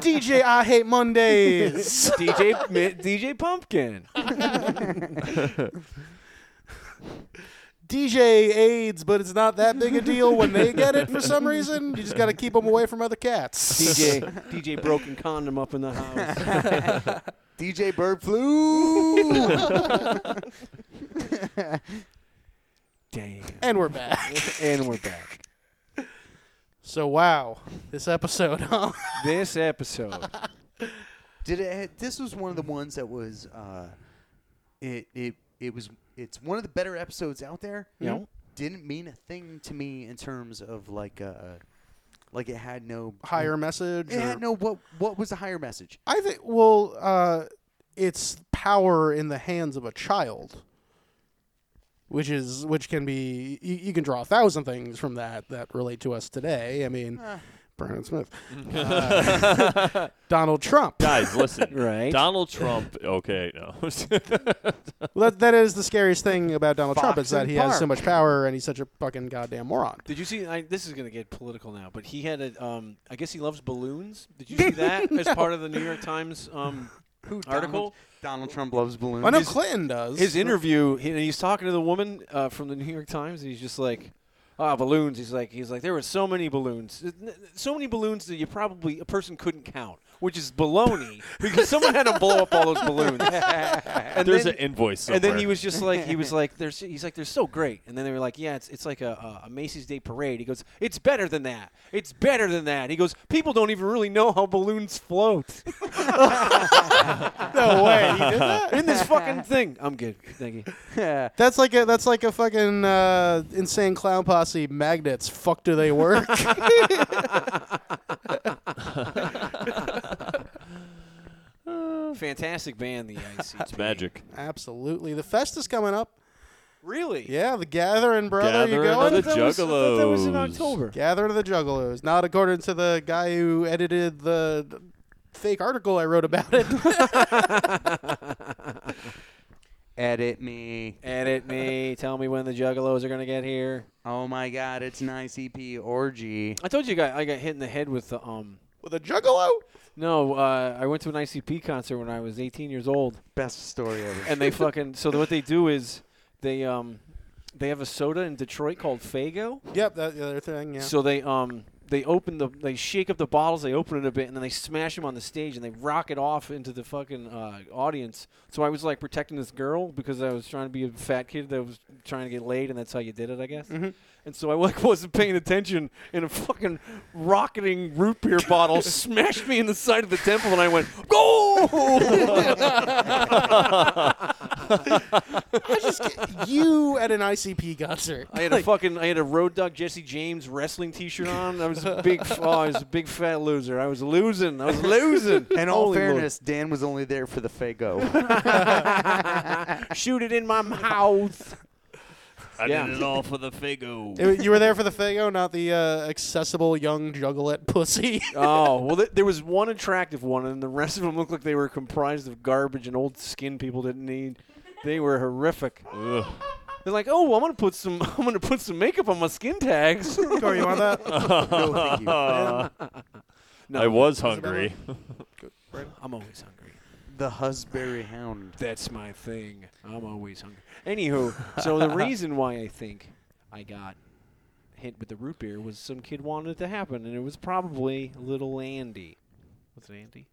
DJ I Hate Mondays. DJ Mi- DJ Pumpkin. DJ AIDS, but it's not that big a deal when they get it for some reason. You just got to keep them away from other cats. DJ DJ Broken Condom up in the house. DJ Bird Flu. Damn. And we're back. And we're back. So, wow. This episode, huh? This episode. Did it? This was one of the ones that was. Uh, it it it was. It's one of the better episodes out there. Yeah. Didn't mean a thing to me in terms of like uh, like it had no Higher message. It or- had no what what was the higher message? I think, well, uh, it's power in the hands of a child. Which is which can be you, you can draw a thousand things from that that relate to us today. I mean, Brian Smith. Uh, Donald Trump. Guys, listen. Right. Donald Trump. Okay, no. Well, that, that is the scariest thing about Donald Trump Fox is that and he has so Park. much power and he's such a fucking goddamn moron. Did you see? I, this is going to get political now, but he had a. Um, I guess he loves balloons. Did you see that as part of the New York Times um, article? Donald Trump loves balloons. I know Clinton does. His interview, he, and he's talking to the woman uh, from the New York Times, and he's just like, "Ah, balloons." He's like, he's like, there were so many balloons, so many balloons that you probably a person couldn't count, which is baloney because someone had to blow up all those balloons. and There's then- an invoice somewhere. and then he was just like, he was like, they're, so- he's like, they're so great. And then they were like, yeah, it's, it's like a, a Macy's Day Parade. He goes, it's better than that. It's better than that. He goes, people don't even really know how balloons float. no way. He did that? In this fucking thing. I'm good. Thank you. Yeah. That's like a that's like a fucking uh, insane clown posse magnets. Fuck, do they work? Fantastic band, the IC. it's magic. Absolutely. The fest is coming up. Really? Yeah, the Gathering, brother. you Gathering going? of the That was- I thought that was in Juggalos. October. Gathering of the Juggalos. Not according to the guy who edited the the fake article I wrote about it. Edit me. Edit me. Tell me when the Juggalos are going to get here. Oh my God, it's an ICP orgy. I told you guys I got hit in the head with the, um, With a Juggalo? no, uh, I went to an ICP concert when I was 18 years old. Best story ever. and they fucking so what they do is they um they have a soda in Detroit called Fago. Yep, that's the other thing, yeah. So they um they open the they shake up the bottles, they open it a bit, and then they smash them on the stage and they rock it off into the fucking uh, audience. So I was like protecting this girl because I was trying to be a fat kid that was trying to get laid, and that's how you did it, I guess. And so I like wasn't paying attention, and a fucking rocketing root beer bottle smashed me in the side of the temple, and I went go. I just get you at an ICP concert. I had a fucking I had a Road Dog Jesse James wrestling T-shirt on. I was a big oh, I was a big fat loser. I was losing. I was losing. In all Holy Lord. fairness, Dan was only there for the Fago. shoot it in my mouth. I Yeah. did it all for the Fago. It- you were there for the Fago, not the uh, accessible young juggalette pussy. Oh well, th- there was one attractive one, and the rest of them looked like they were comprised of garbage and old skin people didn't need. They were horrific. Ugh. They're like, oh, well, I'm gonna put some I'm gonna put some makeup on my skin tags. Corey, you want that? no, thank you. I was hungry. I'm always hungry. The Husberry Hound. That's my thing. I'm always hungry. Anywho, so the reason why I think I got hit with the root beer was some kid wanted it to happen, and it was probably little Andy. What's it, Andy?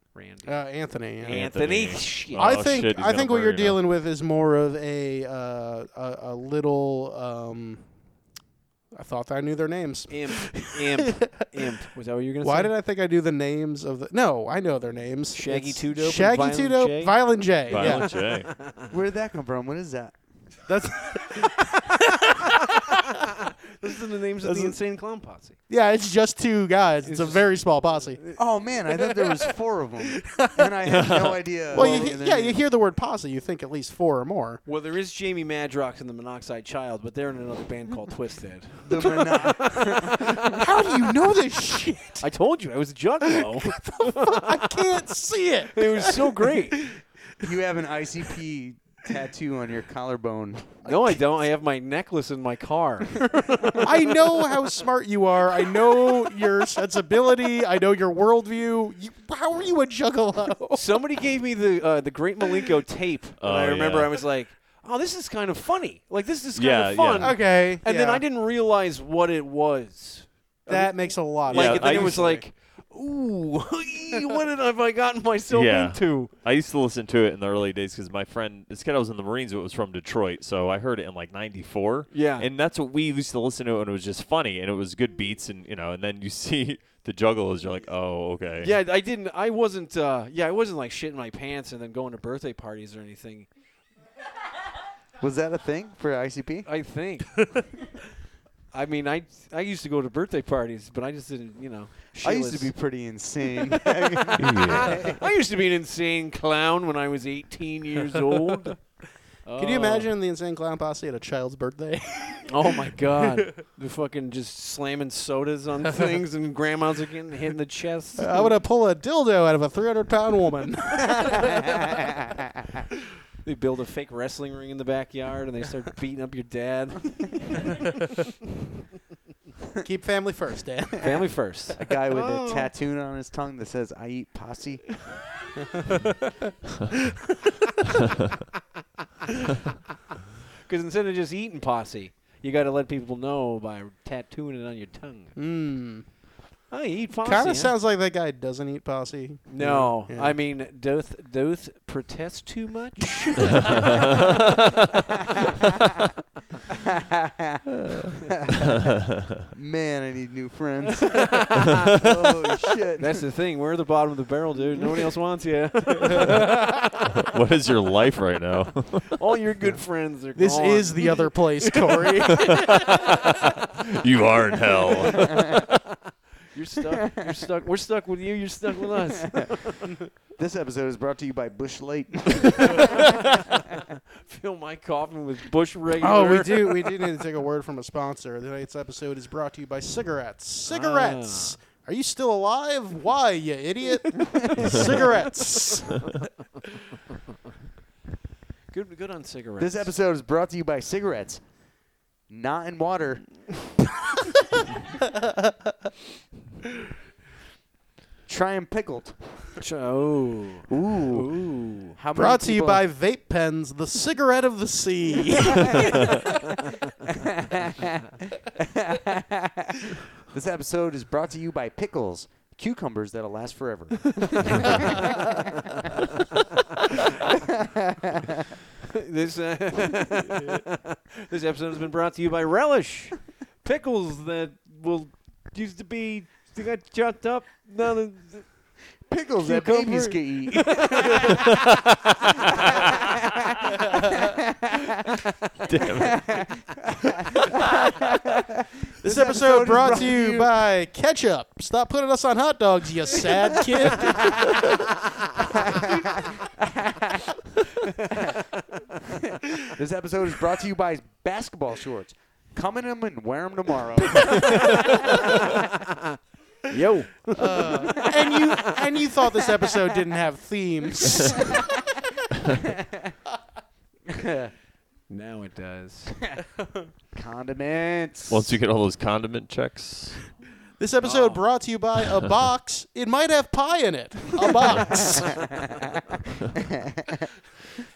Randy. Uh, Anthony. yeah. Anthony. Anthony. Shit. Oh, I think shit, he's I gonna think what burn you're it up. dealing with is more of a uh, a, a little. Um, I thought I knew their names. Imp. Imp. Imp. Was that what you were gonna Why say? did I think I knew the names of the? No, I know their names. Shaggy It's Two Dope and Shaggy Violent Two Dope, J? Violent J. Violent yeah, J. Where did that come from? What is that? that's Those are the names of the insane clown posse. yeah. It's just two guys. It's, a very small posse. uh, Oh man, I thought there was four of them, and I had no idea. Well, you, yeah, you hear the word posse, you think at least four or more. Well, there is Jamie Madrox and the Monoxide Child, but they're in another band called Twisted. the mono- How do you know this shit? I told you I was a juggalo. I can't see it. it was so great. you have an ICP tattoo on your collarbone. No, I don't. I have my necklace in my car. I know how smart you are. I know your sensibility. I know your worldview. You, how are you a juggalo? Somebody gave me the uh, the Great Malenko tape, and Oh, I remember yeah. I was like, "Oh, this is kind of funny. Like this is kind Yeah, of fun." yeah. Okay. And then yeah. I didn't realize what it was. That makes a lot. Like Yeah, of and then I it was usually- like, "Ooh, what did, have I gotten myself Yeah. into?" I used to listen to it in the early days because my friend, this kid I was in the Marines, it was from Detroit, so I heard it in like '94. Yeah. and that's what we used to listen to, and it was just funny, and it was good beats, and you know, and then you see the juggalos, you're like, oh, okay. Yeah, I didn't. I wasn't. Uh, yeah, I wasn't like shitting my pants and then going to birthday parties or anything. Was that a thing for ICP? Uh, I think. I mean, I I used to go to birthday parties, but I just didn't. You know, I used to shitless- be pretty insane. I used to be an insane clown when I was 18 years old. Can you imagine the insane clown posse at a child's birthday? Oh my God! They're fucking just slamming sodas on things, and grandmas are getting hit in the chest. I'm gonna pull a dildo out of a 300 pound woman. They build a fake wrestling ring in the backyard, and they start beating up your dad. Keep family first, Dan. Family first. A guy with Oh. a tattoo on his tongue that says "I eat posse." Because instead of just eating posse, you got to let people know by tattooing it on your tongue. Mm. I eat posse. Kind huh? of sounds like that guy doesn't eat posse. No, Yeah. I mean, doth doth protest too much? Man, I need new friends. Holy shit! That's the thing. We're at the bottom of the barrel, dude. Nobody else wants you. what is your life right now? All your good friends are This gone. is the other place, Corey. you are in hell. You're stuck. You're stuck. We're stuck with you. You're stuck with us. this episode is brought to you by Bush Light. Fill my coffin with bush regular. oh, we do. We do need to take a word from a sponsor. Tonight's episode is brought to you by cigarettes. Cigarettes. Are you still alive? Why, you idiot? cigarettes. Good, good on cigarettes. This episode is brought to you by cigarettes, not in water. Try 'em pickled. Ch- Oh. Ooh. Ooh. How many Brought to you people- by vape pens, the cigarette of the sea. This episode is brought to you by pickles, cucumbers that'll last forever. this uh, this episode has been brought to you by Relish pickles that will used to be they got chopped up. Now that Pickles that Cucumber. babies can eat. Damn This, episode episode, is brought, brought to to you you- by ketchup. Stop putting us on hot dogs, you sad kid. This episode is brought to you by basketball shorts. Come in 'em and wear 'em tomorrow. yo, Uh, and you and you thought this episode didn't have themes. now it does. Condiments. Once you get all those condiment checks. This episode brought to you by a box. It might have pie in it. A box.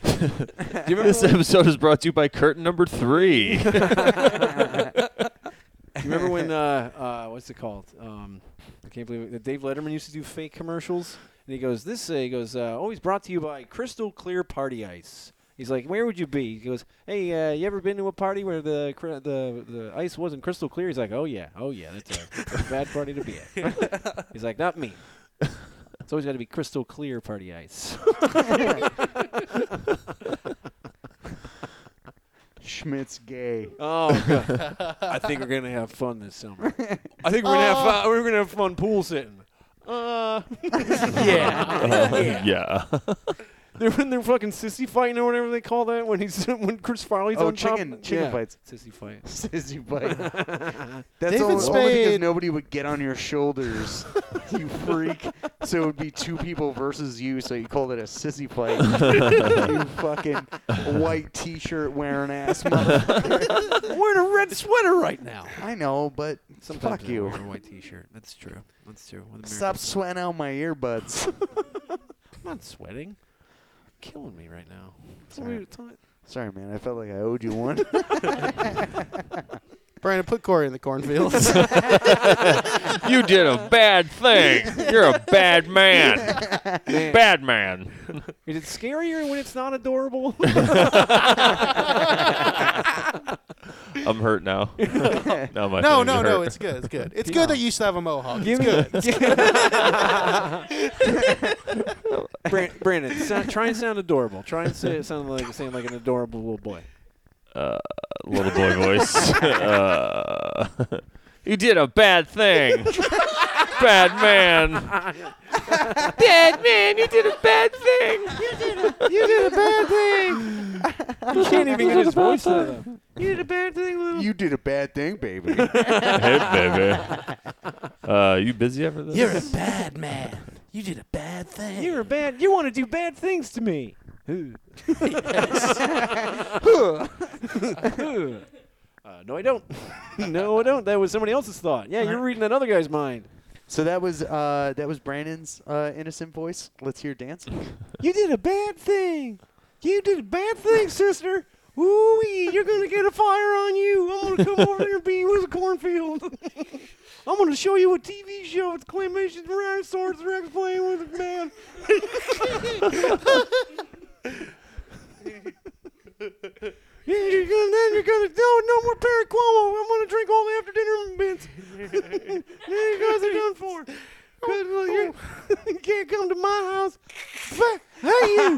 this episode is brought to you by curtain number three. Uh, You remember when uh, uh, what's it called? Um, I can't believe it. that Dave Letterman used to do fake commercials, and he goes, "This," uh, he goes, uh, "Always brought to you by Crystal Clear Party Ice." He's like, "Where would you be?" He goes, "Hey, uh, you ever been to a party where the cr- the the ice wasn't crystal clear?" He's like, "Oh yeah, oh yeah, that's a, that's a bad party to be at." He's like, "Not me." It's always got to be crystal clear party ice. Schmidt's gay. Oh, God. I think we're gonna have fun this summer. I think we're gonna have fun, we're gonna have fun pool sitting. Uh, Uh, yeah. They're when they're fucking sissy fighting or whatever they call that when he's when Chris Farley's Oh, on chicken- top. chicken fights. Sissy fight. Sissy bite. That's David only, only because Spade- nobody would get on your shoulders, you freak. So it would be two people versus you. So you called it a sissy fight. you fucking white t-shirt wearing ass. Mother. I'm wearing a red sweater right now. I know, but Sometimes fuck I you. wear a white T-shirt. That's true. That's true. With Stop sweating out my earbuds. American- I'm not sweating. Killing me right now. It's Sorry. weird. It's not- Sorry, man. I felt like I owed you one. Brandon, put Corey in the cornfields. You did a bad thing. You're a bad man. Bad man. Is it scarier when it's not adorable? I'm hurt now. now no, my feelings no, are no. hurt. It's good. It's good. It's good that you used to have a mohawk. It's good. Bran- Brandon, so, try and sound adorable. Try and say, sound like saying like an adorable little boy. little boy voice. uh, you did a bad thing. bad man. bad man, you did a bad thing. You did a bad thing. you can't even get his voice out of them. You did a bad thing, little. You did a bad thing, baby. hey, baby. Uh, you busy after this? You're a bad man. You did a bad thing. You're a bad. You want to do bad things to me. uh, no, I don't. no, I don't. That was somebody else's thought. Yeah, you're reading another guy's mind. so that was uh, that was Brandon's uh, innocent voice. Let's hear dancing. You did a bad thing. You did a bad thing, sister. Ooh, you're gonna get a fire on you. I'm gonna come over here and beat you with a cornfield. I'm gonna show you a TV show with claymation dinosaurs Rex playing with a man. Yeah, you're gonna, then you're gonna no no more Perry Cuomo. I'm gonna drink all the after dinner bits. now you guys are done for. 'Cause, well, you're- you can't come to my house. Fuck, Hey you!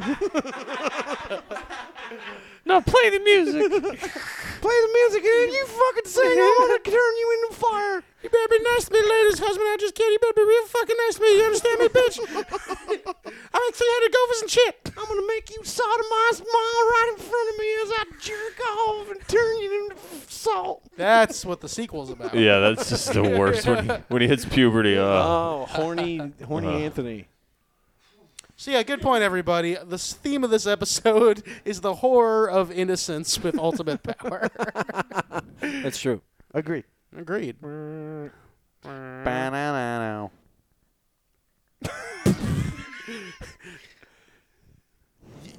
No, play the music. Play the music and you fucking sing. I'm gonna turn you into fire. You better be nice to me, ladies, husband. I just can't. You better be real fucking nice to me. You understand me, bitch? I make 300 gophers and shit. I'm gonna make you sodomize mom right in front of me as I jerk off and turn you into f- salt. That's what the sequel's about. yeah, that's just the worst when he, when he hits puberty. Uh, Oh, horny, horny Anthony. So yeah, good point, everybody. The s- theme of this episode is the horror of innocence with ultimate power. That's true. Agreed. Agreed. Ba-na-na-na.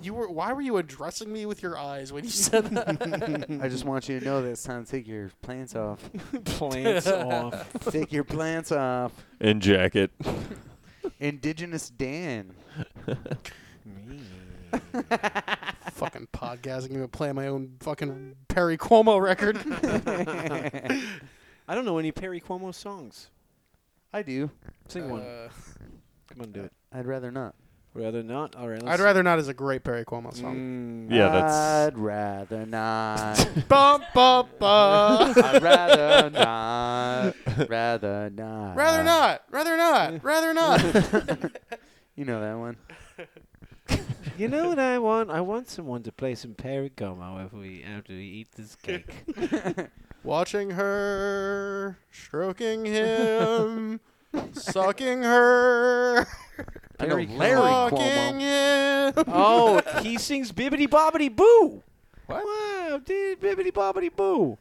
You were. Why were you addressing me with your eyes when you said that? I just want you to know that it's time to take your plants off. Plants off. take your plants off. In jacket. Indigenous Dan. fucking podcasting. I'm gonna play my own fucking Perry Cuomo record. I don't know any Perry Cuomo songs. I do. Sing one. Uh, Come on, do it. I'd rather not. Rather not. All right. I'd Let's rather not is a great Perry Cuomo song. Mm, Yeah, that's. I'd rather not. Bum bum bum. I'd rather not. Rather not. Rather not. Rather not. Rather not. You know that one. you know what I want? I want someone to play some Perry Como after we after we eat this cake. Watching her, stroking him, sucking her, I know Perry Larry fucking Cuomo. him. oh, he sings bibbity bobbity boo. Wow, dude, bibbity bobbity boo.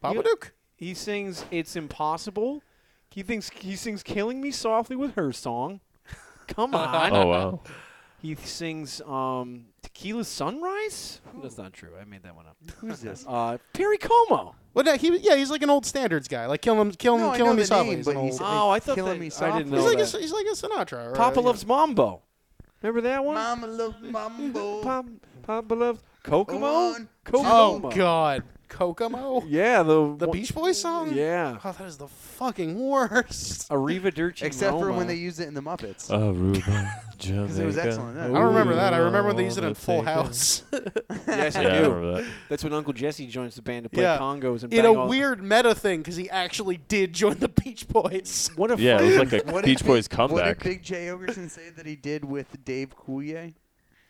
Papa Duke. He sings "It's Impossible." He thinks he sings "Killing Me Softly" with her song. Come on. Oh, wow. He sings um, "Tequila Sunrise." That's not true. I made that one up. Who's this? Uh, Perry Como. Well, no, he yeah, he's like an old standards guy. Like kill him, kill him, No, I kill know him. the He's softly. name, He's, but an old, he's- he's Oh, I thought Killing that, Me I didn't Softly. know like a, that. he's like a Sinatra. Or Papa a, loves Mambo. Remember that one? Mama love mambo. Pop, Papa loves Kokomo. One, Kokomo. Oh God, Kokomo, Yeah, the the one- Beach Boys song. Yeah. Oh, that is the fucking worst. Arriva Dirty Except for when they used it in the Uh, Muppets. Aruba, Jamaica. Because it was excellent. I don't remember that. I remember when they used it in Full House yes, Yeah, I I do. remember that. That's when Uncle Jesse joins the band to play Yeah. congos and in bang a all- weird meta thing because he actually did join the Beach Boys. What a Yeah, fucking- it was like a What did Beach Big- Boys What did comeback. Big J. Ogerson say that he did with Dave Coulier?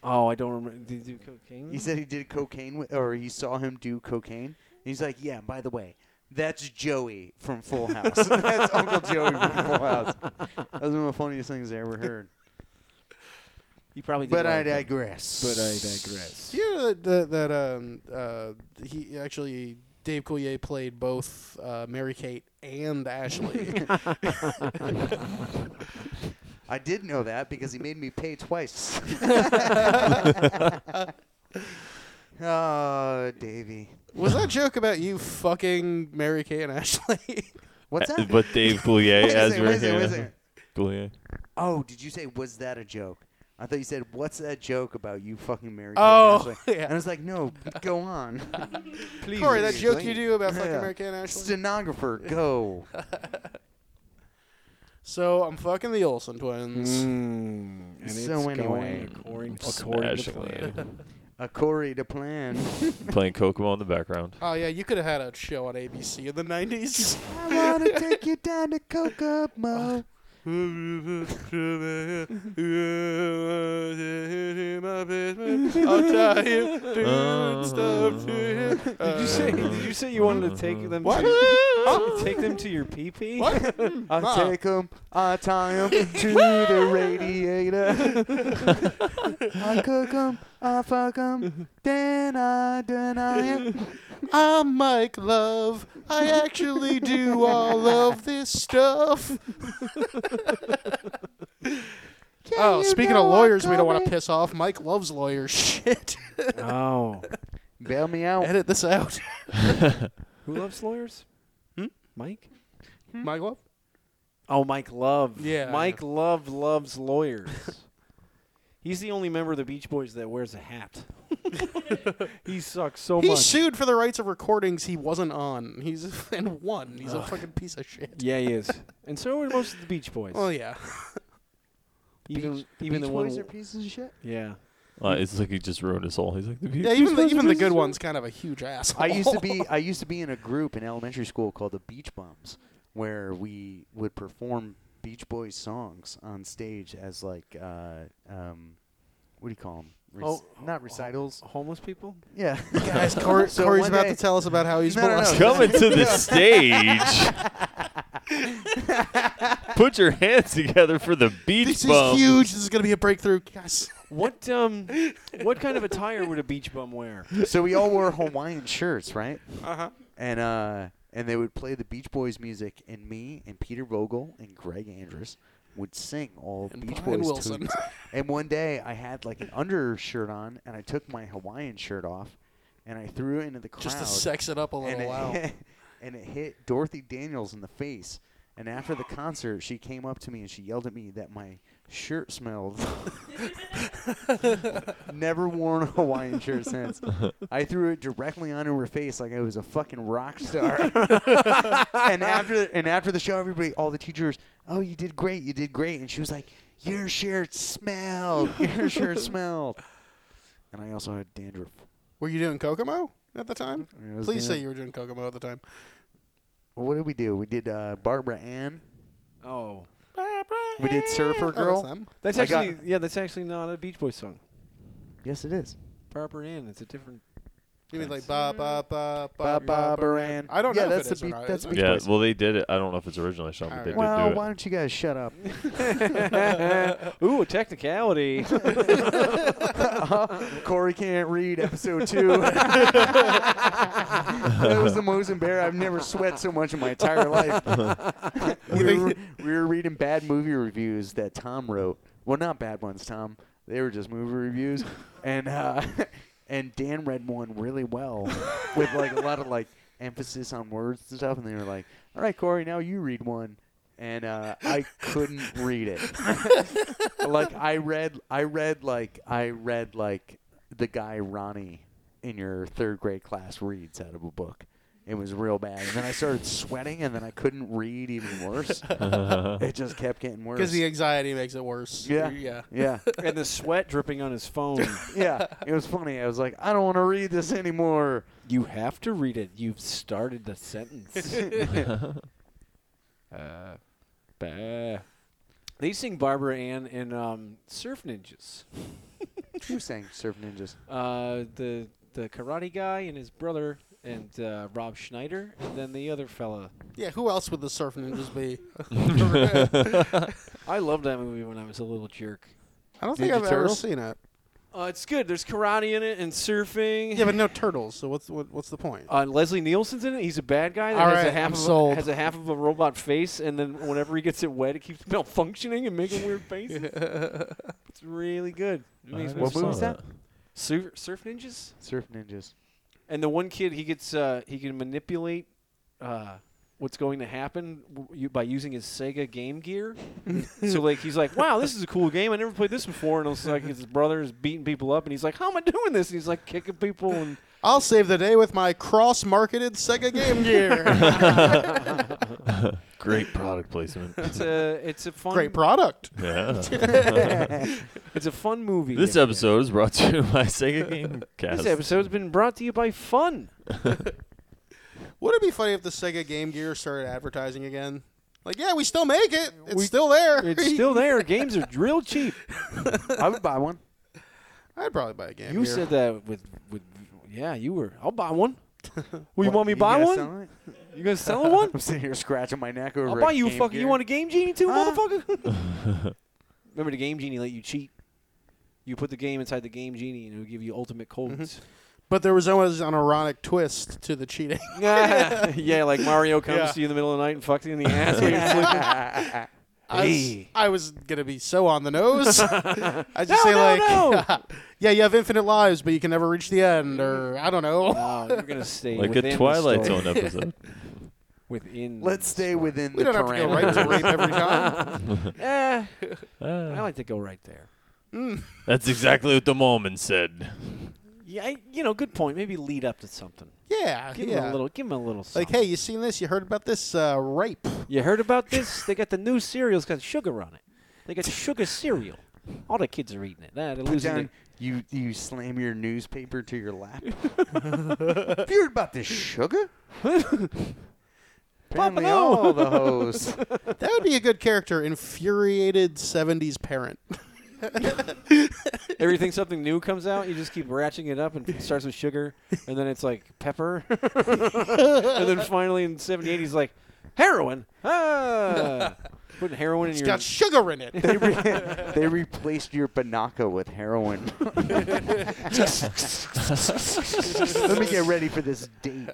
Oh, I don't remember. Did you do cocaine? He said he did cocaine, with, or he saw him do cocaine. And he's like, yeah, by the way, that's Joey from Full House. that's Uncle Joey from Full House. That was one of the funniest things I ever heard. He probably did. But I like it. digress. But I digress. Do you know that that, that um uh he actually Dave Coulier played both uh, Mary Kate and Ashley. I did know that because he made me pay twice. oh, Davey. Was that joke about you fucking Mary Kate and Ashley? What's that? Uh, But Dave Goulier Wait a as we second, wait were a second, wait here. a second. Goulier. Oh, did you say was that a joke? I thought you said what's that joke about you fucking Mary Kate Oh, and Ashley? yeah. And I was like, no, go on. Please. Corey, that joke you explain. do about fucking Yeah. Mary Kate and Ashley. Stenographer, go. So I'm fucking the Olsen twins. Mm, and So it's anyway. going according, according to Smashingly. plan. A Corey to plan. Playing Kokomo in the background. Oh yeah, you could have had a show on ABC in the '90s. I wanna take you down to Kokomo. Oh, I'll tell you good Uh, stuff to him. Did you say? Did you say you wanted to take them? What? To take them to your pee pee? What? I Nah. Hmm. take 'em, I tie 'em to the radiator. I cook 'em, I fuck 'em, then I deny 'em. I make love. I actually do all of this stuff. oh, speaking of lawyers, we don't want to piss off. Mike loves lawyers. Shit. Oh, Bail me out. Edit this out. who loves lawyers? Mike. Mike Love? Hmm? Oh, Mike Love. Yeah, I Mike Love loves lawyers. He's the only member of the Beach Boys that wears a hat. he sucks so He much. sued for the rights of recordings he wasn't on. He's and won. He's a fucking piece of shit. yeah, he is. And so are most of the Beach Boys. Well, yeah. even Beach even the Boys one. are pieces of shit. yeah. Uh, it's like he just wrote us all. He's like, the Yeah, even the, even the good one's kind of a huge asshole. I used to be I used to be in a group in elementary school called the Beach Bums, where we would perform Beach Boys songs on stage as like uh, um, what do you call them? Oh, not recitals. Homeless people? Oh. Yeah, Guys, Corey, So Corey's one about day- to tell us about how he's No, no, blessed. no. coming to the stage. Put your hands together for the beach This bum. is huge. This is going to be a breakthrough. Guys. What um what kind of attire would a beach bum wear? so we all wore Hawaiian shirts, right? Uh-huh. And uh, and they would play the Beach Boys music, and me and Peter Vogel and Greg Andrus would sing all And Beach Brian Boys Wilson. tunes. And one day I had like an undershirt on, and I took my Hawaiian shirt off, and I threw it into the crowd. Just to sex it up a and little it, while. hit, and it hit Dorothy Daniels in the face. And after the concert, she came up to me and she yelled at me that my shirt smelled. Never worn a Hawaiian shirt since. I threw it directly onto her face like I was a fucking rock star. and after and after the show, everybody, all the teachers, oh, you did great, you did great. And she was like, your shirt smelled, your shirt smelled. And I also had dandruff. Were you doing Kokomo at the time? I was Please doing- say you were doing Kokomo at the time. Well, what did we do? We did uh, Barbara Ann. Oh. We did Surfer Oh, Girl. that's them. That's I got- actually yeah, that's actually not a Beach Boys song. yes, it is. Proper Ann, it's a different You mean like ba ba ba ba Ba- ba- ba? Baran. I don't yeah, know if that's it is the or beat. not, is That's the it? Beach Yeah, Boys. well, they did it. I don't know if it's originally shot, but they well, did do why it. don't you guys shut up? Ooh, a technicality. Corey can't read episode two. that was the most embarrassing. I've never sweat so much in my entire life. we, were, we were reading bad movie reviews that Tom wrote. Well, not bad ones, Tom. They were just movie reviews, and uh, and Dan read one really well with like a lot of like emphasis on words and stuff. And they were like, "All right, Corey, now you read one." And uh, I couldn't read it like I read, I read like I read like the guy Ronnie in your third grade class reads out of a book. It was real bad, and then I started sweating, and then I couldn't read even worse. it just kept getting worse. Because the anxiety makes it worse. yeah, Yeah. yeah, and the sweat dripping on his phone. yeah. It was funny. I was like, I don't want to read this anymore. You have to read it. You've started the sentence. uh, bah. They sing Barbara Ann and um, Surf Ninjas. Who sang Surf Ninjas? Uh, the the karate guy and his brother and uh, Rob Schneider, and then the other fella. Yeah, who else would the surf ninjas be? I loved that movie when I was a little jerk. I don't think Ninja I've ever Turtles? seen it. Uh, it's good. There's karate in it and surfing. Yeah, but no turtles. So what's what, what's the point? Uh, Leslie Nielsen's in it. He's a bad guy that All has, a right, half I'm of sold. A, has a half of a robot face, and then whenever he gets it wet, it keeps malfunctioning and making weird faces. it's really good. It makes me What smile. movie is that? Surf, surf ninjas? Surf Ninjas. And the one kid, he gets uh, he can manipulate uh, what's going to happen w- you- by using his Sega Game Gear. so like he's like, "Wow, this is a cool game. I never played this before." And it's like his brother is beating people up, and he's like, "How am I doing this?" And he's like kicking people and I'll save the day with my cross-marketed Sega Game Gear. Great product placement. it's a uh, it's a fun Great product. yeah. it's a fun movie. This episode is brought to you by Sega Game This episode's been brought to you by fun. Would it be funny if the Sega Game Gear started advertising again? Like, yeah, we still make it. It's We- still there. It's still there. Games are real cheap. I would buy one. I'd probably buy a game. You here. said that with with yeah. You were. I'll buy one. Will you What, want me to buy gonna one? sell it? You gonna sell one? I'm sitting here scratching my neck over. I'll a buy you a Game fucking. You Gear. want a game genie too, Huh? motherfucker? Remember the game genie let you cheat. You put the game inside the game genie and it would give you ultimate codes. But there was always an ironic twist to the cheating. Mm-hmm. yeah, like Mario comes Yeah. to you in the middle of the night and fucks you in the ass. while you're sleeping. I was, I was gonna be so on the nose. I just say no, like, no. yeah, you have infinite lives, but you can never reach the end, or I don't know. Oh, you're gonna stay Like within the a Twilight story. Zone episode. Within. Let's stay within we the don't have to go parameters. right to rape every time. Eh, I Ah, like to go right there. that's exactly what the Mormon said. Yeah, I, you know, good point. Maybe lead up to something. Yeah, Give him yeah. a little. Give him a little. Something. like, hey, you seen this? You heard about this uh, rape? You heard about this? they got the new cereals got sugar on it. They got sugar cereal. All the kids are eating it. Nah, they're Put losing down, their- you you slam your newspaper to your lap. Have you heard about this sugar? Apparently, Papa, no. all the hoes. That would be a good character. Infuriated '70s parent. Everything something new comes out, you just keep ratcheting it up and it starts with sugar, and then it's like pepper, and then finally in 70, 80s, like heroin. Ah, putting heroin in It's your. got sugar in it. they, re- they replaced your banaka with heroin. Let me get ready for this date.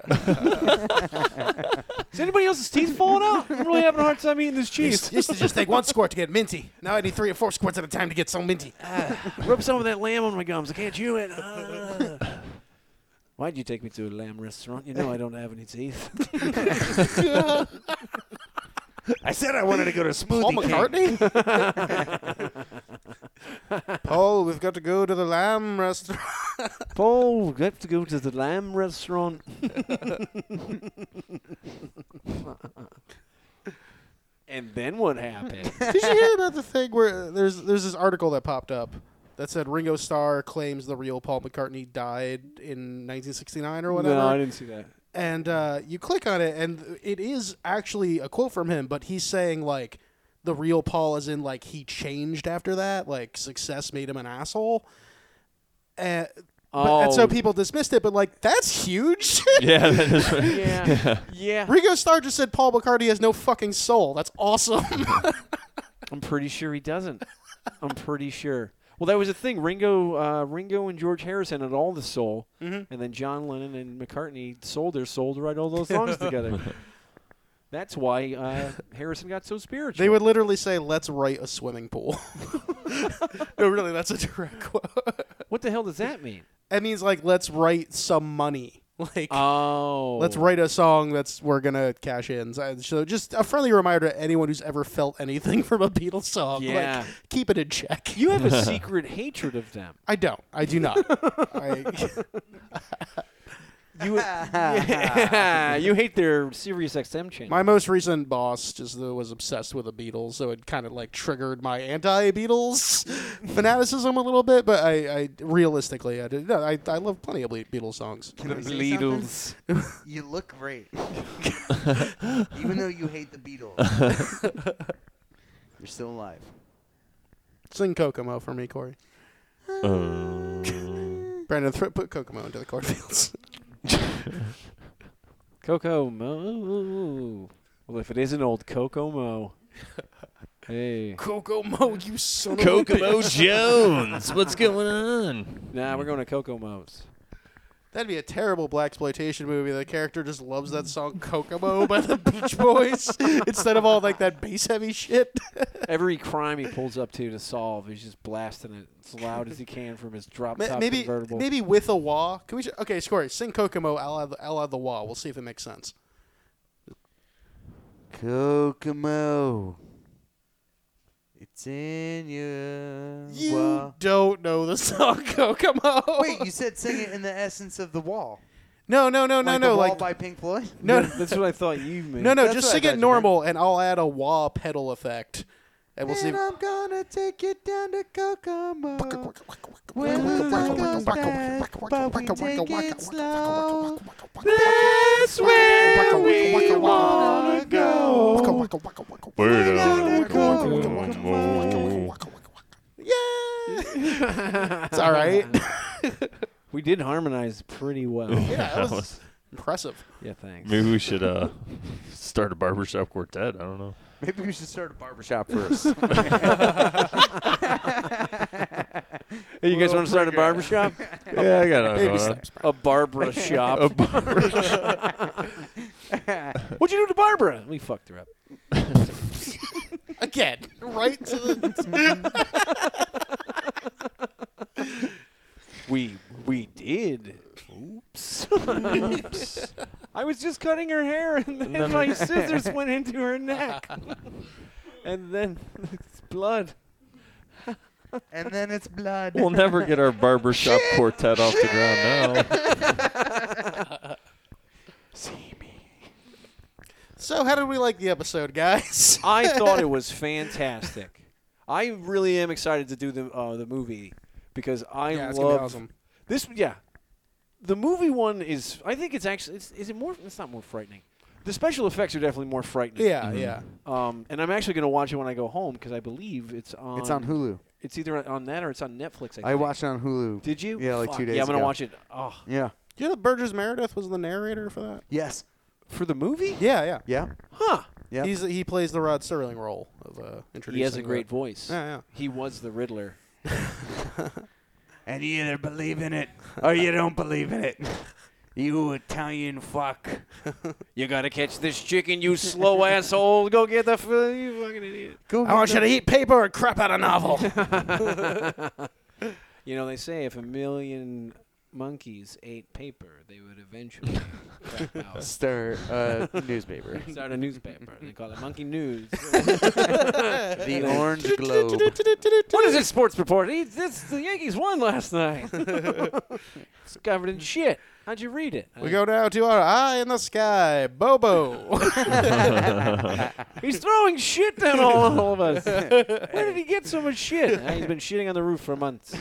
Is anybody else's teeth falling out? I'm really having a hard time eating this cheese. used to just take one squirt to get minty. Now I need three or four squirts at a time to get so minty. Rub some of that lamb on my gums. I can't chew it. Ah. Why'd you take me to a lamb restaurant? You know I don't have any teeth. I said I wanted to go to smoothie. Paul King. McCartney? Paul, we've got to go to the lamb restaurant. Paul, we have to go to the lamb restaurant. and then what happened? Did you hear about the thing where uh, there's there's this article that popped up that said Ringo Starr claims the real Paul McCartney died in 1969 or whatever? No, I didn't see that. and uh, you click on it, and it is actually a quote from him, but he's saying like the real Paul, as in like he changed after that, like success made him an asshole. And, but, and so Oh. people dismissed it, but like that's huge. Yeah, that is right. Yeah. yeah. Ringo Starr just said Paul McCartney has no fucking soul. That's awesome. I'm pretty sure he doesn't. I'm pretty sure. Well, that was the thing. Ringo, uh, Ringo, and George Harrison had all the soul, Mm-hmm. and then John Lennon and McCartney sold their soul to write all those songs together. That's why uh, Harrison got so spiritual. they would literally say, "Let's write a swimming pool." no, really, that's a direct quote. What the hell does that mean? It means like, "Let's write some money." Like, Oh, Let's write a song that's we're gonna cash in. So- So just a friendly reminder to anyone who's ever felt anything from a Beatles song. Yeah. Like, keep it in check. You have a secret hatred of them. I don't. I do not. I, You, yeah, you hate their Sirius XM channel. my most recent boss just uh, was obsessed with the Beatles, so it kind of like triggered my anti-Beatles fanaticism a little bit. But I, I realistically, I did. No, I, I love plenty of Beatles songs. Can I say Beatles. something? You look great. Even though you hate the Beatles. You're still alive. Sing Kokomo for me, Corey. Uh. Brandon, th- put Kokomo into the cornfields. Coco Mo. Well, if it isn't old Coco Mo. Hey. Kokomo, you son of Kokomo Jones, what's going on? Nah, we're going to Coco Mo's. That'd be a terrible black exploitation movie. The character just loves that song "Kokomo" by the Beach Boys instead of all like that bass heavy shit. Every crime he pulls up to to solve, he's just blasting it as loud as he can from his drop Ma- top maybe convertible. maybe with a wah. Can we? Sh- okay, Scory, sing "Kokomo" out of the wah. We'll see if it makes sense. Kokomo. It's in your You wall. don't know the song "Kokomo." Wait, you said sing it in the essence of the wall. no, no, no, no, like no, the wall like by Pink Floyd. no, no, That's what I thought you meant. no, no That's just what I sing thought you it meant. normal, and I'll add a wah pedal effect, and we'll see. And I'm gonna take you down to Kokomo. Where the sun goes back, but we take it slow. That's where we wanna go. waka, waka, waka. It's all right. we did harmonize pretty well. Yeah, that That was was- impressive. Yeah, thanks. Maybe we should uh, start a barbershop quartet. I don't know. Maybe we should start a barbershop first. Hey, you guys want to start a barbershop? Yeah, I uh, got Uh-huh. Baby it. steps. A Barbara shop. A barbershop. What'd you do to Barbara? We fucked her up. Again, right to the. We we did. Oops. I was just cutting her hair, and then then- my scissors went into her neck, and then it's blood. and then it's blood. We'll never get our barbershop quartet off the ground now. so, how did we like the episode, guys? I thought it was fantastic. I really am excited to do the uh, the movie because I Yeah, it's gonna be love awesome. this. Yeah, the movie one is. I think it's actually. It's, is it more? It's not more frightening. The special effects are definitely more frightening. Yeah, yeah. Um, and I'm actually going to watch it when I go home because I believe it's on. It's on Hulu. It's either on that or it's on Netflix. I, I think. watched it on Hulu. Did you? Yeah, like Fuck, two days. Yeah, I'm gonna ago. watch it. Oh, Yeah. Do you know that Burgess Meredith was the narrator for that? Yes. for the movie? Yeah, yeah. Yeah. Huh. Yeah. He's he plays the Rod Sterling role of uh, introducing. He has a the- great voice. Yeah, yeah. He was the Riddler. and you either believe in it or you don't believe in it. You Italian fuck. You gotta catch this chicken, you slow asshole. Go get the f- you fucking idiot. Go I want you to eat paper and crap out a novel. You know they say if a million monkeys ate paper, they would eventually crap out. Stir uh, newspaper. start a newspaper. They call it Monkey News. The Orange Globe. what is this sports report? He, this, the Yankees won last night. it's covered in shit. How'd you read it? we go now to our eye in the sky, Bobo. He's throwing shit down all, all of us. Where did he get so much shit? Ah, he's been shitting on the roof for months.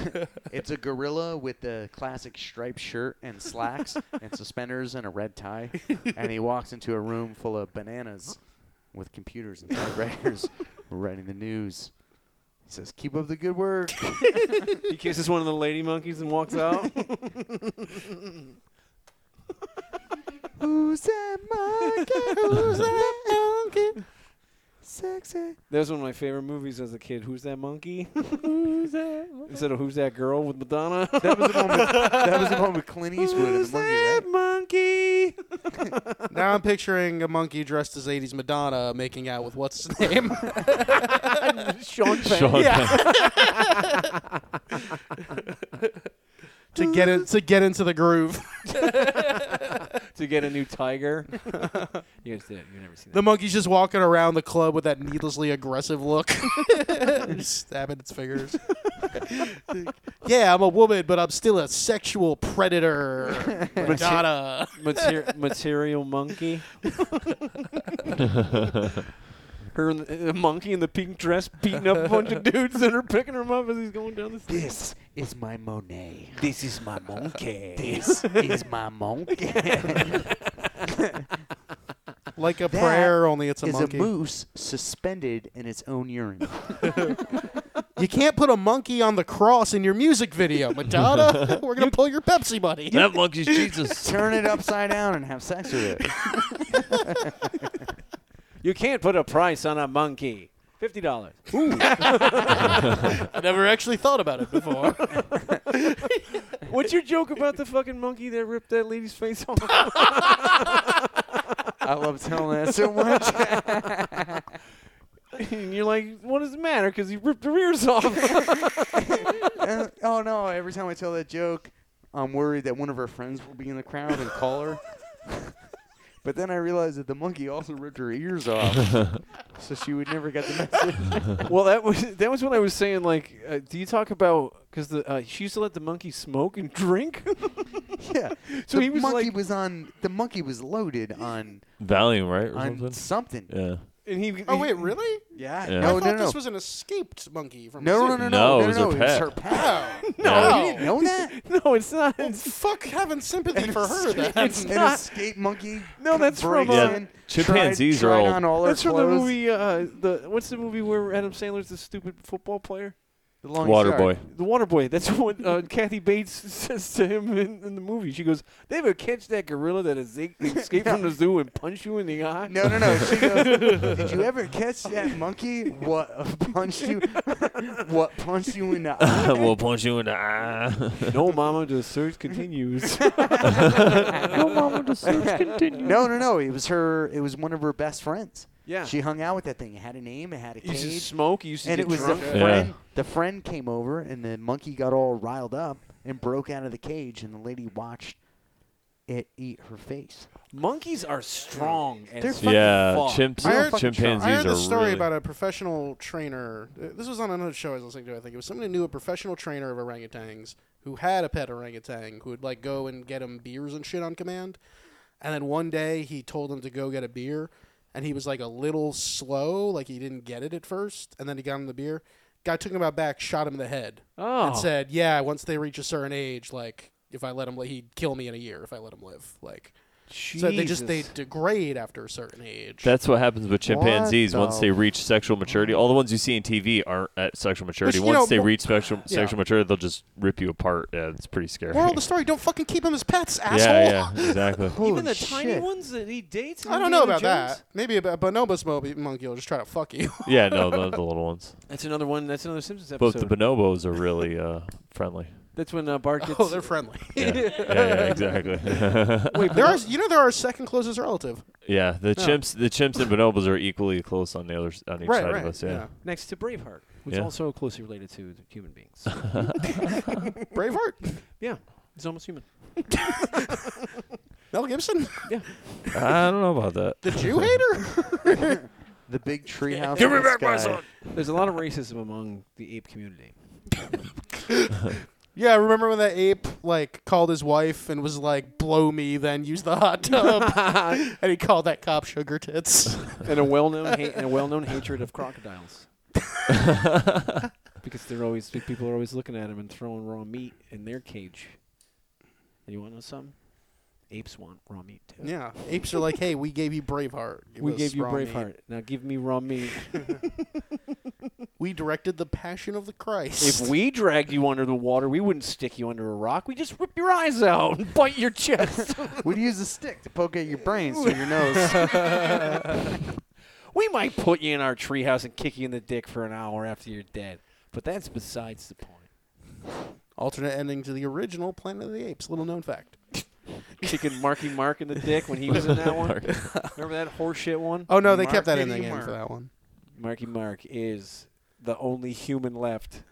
It's a gorilla with the classic striped shirt and slacks and suspenders and a red tie, and he walks into a room full of bananas with computers and typewriters writing the news. He says, "Keep up the good work." He kisses one of the lady monkeys and walks out. Who's that monkey? Who's that monkey? Sexy. That was one of my favorite movies as a kid. Who's that monkey? Who's that? Instead of Who's that girl with Madonna? That was the one with, that was the one with Clint Eastwood and the monkey, right? monkey. now I'm picturing a monkey dressed as '80s Madonna making out with what's his name? Sean Penn. Sean Penn. to get in, to get into the groove. to get a new tiger. you guys did. You've never seen The that. monkey's just walking around the club with that needlessly aggressive look, stabbing its fingers. yeah, I'm a woman, but I'm still a sexual predator. Madonna. Mater- material monkey. her and the, the monkey in the pink dress beating up a bunch of dudes that are picking him up as he's going down the stairs. This is my Monet. This is my monkey. This is my monkey. Like a That prayer, only it's a is monkey. a moose suspended in its own urine. You can't put a monkey on the cross in your music video, Madonna. We're gonna pull your Pepsi money. that monkey's Jesus. Turn it upside down and have sex with it. You can't put a price on a monkey. Fifty dollars. I never actually thought about it before. What's your joke about the fucking monkey that ripped that lady's face off? I love telling that so much. and you're like, what does it matter? Because he ripped her ears off. And- oh no! Every time I tell that joke, I'm worried that one of her friends will be in the crowd and call her. but then I realize that the monkey also ripped her ears off, so she would never get the message. well, that was that was when I was saying like, uh, do you talk about because the uh, she used to let the monkey smoke and drink? yeah. So the he was monkey like- was on. The monkey was loaded on Valium, right? Or on something? something. Yeah. And he. Oh he- wait, really? Yeah. I Yeah. thought No, no, no. this was an escaped monkey from. No, a no, zoo. no, no, no, it was no, her it was pet. her pet. No. no, you didn't know that. no, it's oh, not. Well, fuck having sympathy for her. Then. It's an not- escape monkey. No, that's from, um, breaks uh, in, chimpanzees tried, are tried all- on all her That's from the clothes. movie. Uh, the what's the movie where Adam Sandler's the stupid football player? The long Water yard. boy. The water boy. That's what uh, Kathy Bates says to him in, in the movie. She goes, "They ever catch that gorilla that has e- escaped from the zoo and punch you in the eye?" No, no, no. She goes, Did you ever catch that monkey? What uh, punched you? what punched you in the eye? we'll punch you in the eye. no, Mama. The search continues. no, mama, the search continues. No, no, no. It was her. It was one of her best friends. Yeah. She hung out with that thing. It had a name. It had a You used to cage. smoke. You used to and get it was drunk. the Yeah. friend. The friend came over, and the monkey got all riled up and broke out of the cage, and the lady watched it eat her face. Monkeys are strong. They're As fucking yeah, fuck. chimps, I heard- chimpanzees I heard are a story really. about a professional trainer. Uh, This was on another show I was listening to. I think it was somebody who knew a professional trainer of orangutans who had a pet orangutan who would like go and get him beers and shit on command. And then one day he told him to go get a beer, and he was like a little slow, like he didn't get it at first. And then he got him the beer. Guy took him out back, shot him in the head, Oh. and said, "Yeah, once they reach a certain age, like if I let him, li- he'd kill me in a year if I let him live." Like. So they just they Jesus. degrade after a certain age. That's what happens with chimpanzees the once they reach sexual maturity. All the ones you see in TV aren't at sexual maturity. you once know, they mo- reach sexual Yeah. sexual maturity, they'll just rip you apart. Yeah, it's pretty scary. Moral of the story: Don't fucking keep him as pets, asshole. yeah, yeah, exactly. Even the Holy tiny shit. ones that he dates. I don't know about that. Maybe a b- a bonobos mo- monkey will just try to fuck you. yeah, no, the, the little ones. That's another one. That's another Simpsons But episode. the bonobos are really uh, friendly. that's when uh, Bart gets. oh, they're friendly. Yeah, yeah, yeah exactly. Wait, there are you know they're our second closest relative. yeah, the No. chimps, the chimps and bonobos are equally close on the other s- on each right, side right. of us. Yeah. next to Braveheart, who's Yeah. also closely related to the human beings. Braveheart, yeah, he's almost human. Mel Gibson, Yeah. I don't know about that. the Jew hater. The big treehouse. Give me back my son. There's a lot of racism among the ape community. yeah, remember when that ape like called his wife and was like, "Blow me, then use the hot tub," and he called that cop sugar tits. and a well-known ha- and a well-known hatred of crocodiles. because they're always people are always looking at them and throwing raw meat in their cage. And you want to know something? Apes want raw meat too. yeah, apes are like, "Hey, we gave you Braveheart. Give we us gave you raw meat. Braveheart. Now give me raw meat. We directed the Passion of the Christ." if we dragged you under the water, we wouldn't stick you under a rock. We just rip your eyes out and bite your chest. We'd use a stick to poke at your brains through your nose. we might put you in our treehouse and kick you in the dick for an hour after you're dead. But that's besides the point. alternate ending to the original Planet of the Apes. Little known fact. Kicking Marky Mark in the dick when he was in that one. Remember that horseshit one? Oh no, they Mark kept that did in the you game mark? for that one. Marky Mark is the only human left.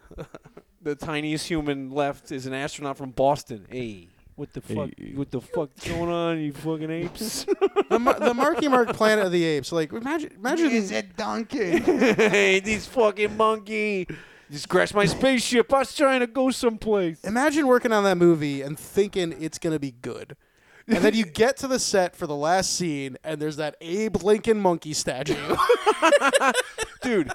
the tiniest human left is an astronaut from Boston. Hey, what the fuck? What the fuck's going on, you fucking apes? The, Mar- the Marky Mark Planet of the Apes. Like imagine, imagine Is it donkey? hey, these fucking monkey. Just crashed my spaceship. I was trying to go someplace. Imagine working on that movie and thinking it's going to be good. And then you get to the set for the last scene, and there's that Abe Lincoln monkey statue. dude.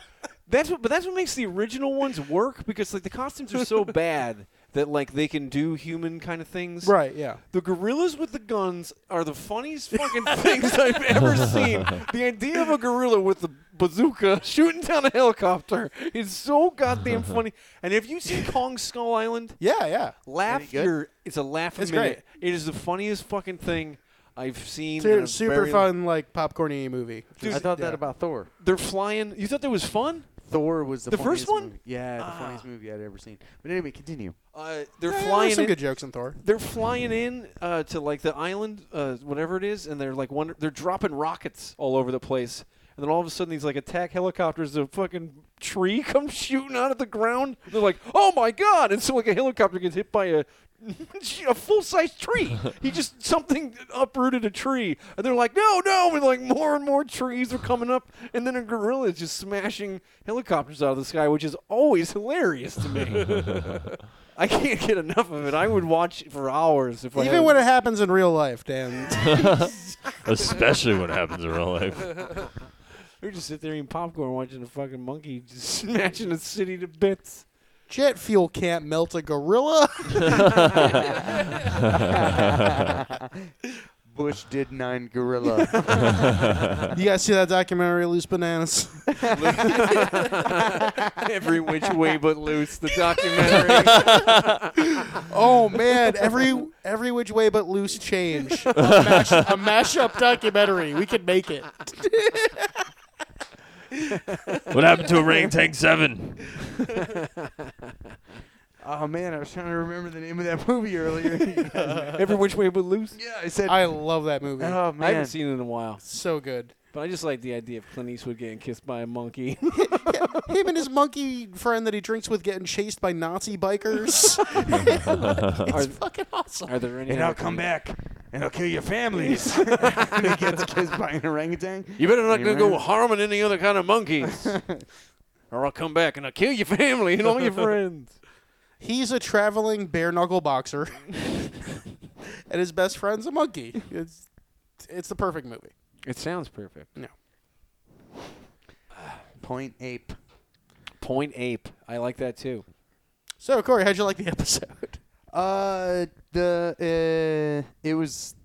That's what, but that's what makes the original ones work because like the costumes are so bad that like they can do human kind of things. right, yeah. The gorillas with the guns are the funniest fucking things I've ever seen. The idea of a gorilla with a bazooka shooting down a helicopter is so goddamn funny. And if you see Kong Skull Island, Yeah, yeah. laugh good? your it's a laugh a It's minute. It is the funniest fucking thing I've seen. in Su- a super very- fun, like, popcorny movie. Dude, I thought yeah. that about Thor. They're flying. You thought that was fun? Thor was the, Ah. The first funniest one? Movie. Yeah, the funniest movie I'd ever seen. But anyway, continue. Uh, they're Yeah, yeah, there's flying. some in- good jokes in Thor. they're flying in uh, to like the island, uh, whatever it is, and they're like wonder- they're dropping rockets all over the place. And then all of a sudden, these like attack helicopters, a fucking tree comes shooting out of the ground. They're like, "Oh my god!" And so like a helicopter gets hit by a a full size tree. He just something uprooted a tree, and they're like, "No, no!" And like more and more trees are coming up, and then a gorilla is just smashing helicopters out of the sky, which is always hilarious to me. I can't get enough of it. I would watch it for hours if I Even had- when it happens in real life, Dan. Especially when it happens in real life. we just sit there eating popcorn, watching a fucking monkey just smashing a city to bits. Jet fuel can't melt a gorilla. Bush did nine gorilla. you guys see that documentary, Loose Bananas? Every which way but loose, the documentary. oh man, every every which way but loose change. A, mash, a mashup documentary. We could make it. What happened to Orangutan 7? oh man, I was trying to remember the name of that movie earlier. Every which way but loose. Yeah, I said I love that movie. Oh I haven't man, seen it in a while, So good. but I just like the idea of Clint Eastwood getting kissed by a monkey. Him and his monkey friend that he drinks with getting chased by Nazi bikers. Are- it's fucking awesome. Are there any? and other I'll come comedians- back and I'll kill your families. and he gets kissed by an orangutan. You better not Hey, gonna go man. harming any other kind of monkeys, or I'll come back and I'll kill your family and all your friends. He's a traveling bare knuckle boxer, and his best friend's a monkey. It's it's the perfect movie. It sounds perfect. Point ape. Point ape. I like that too. So Corey, how'd you like the episode? Uh, the uh, it was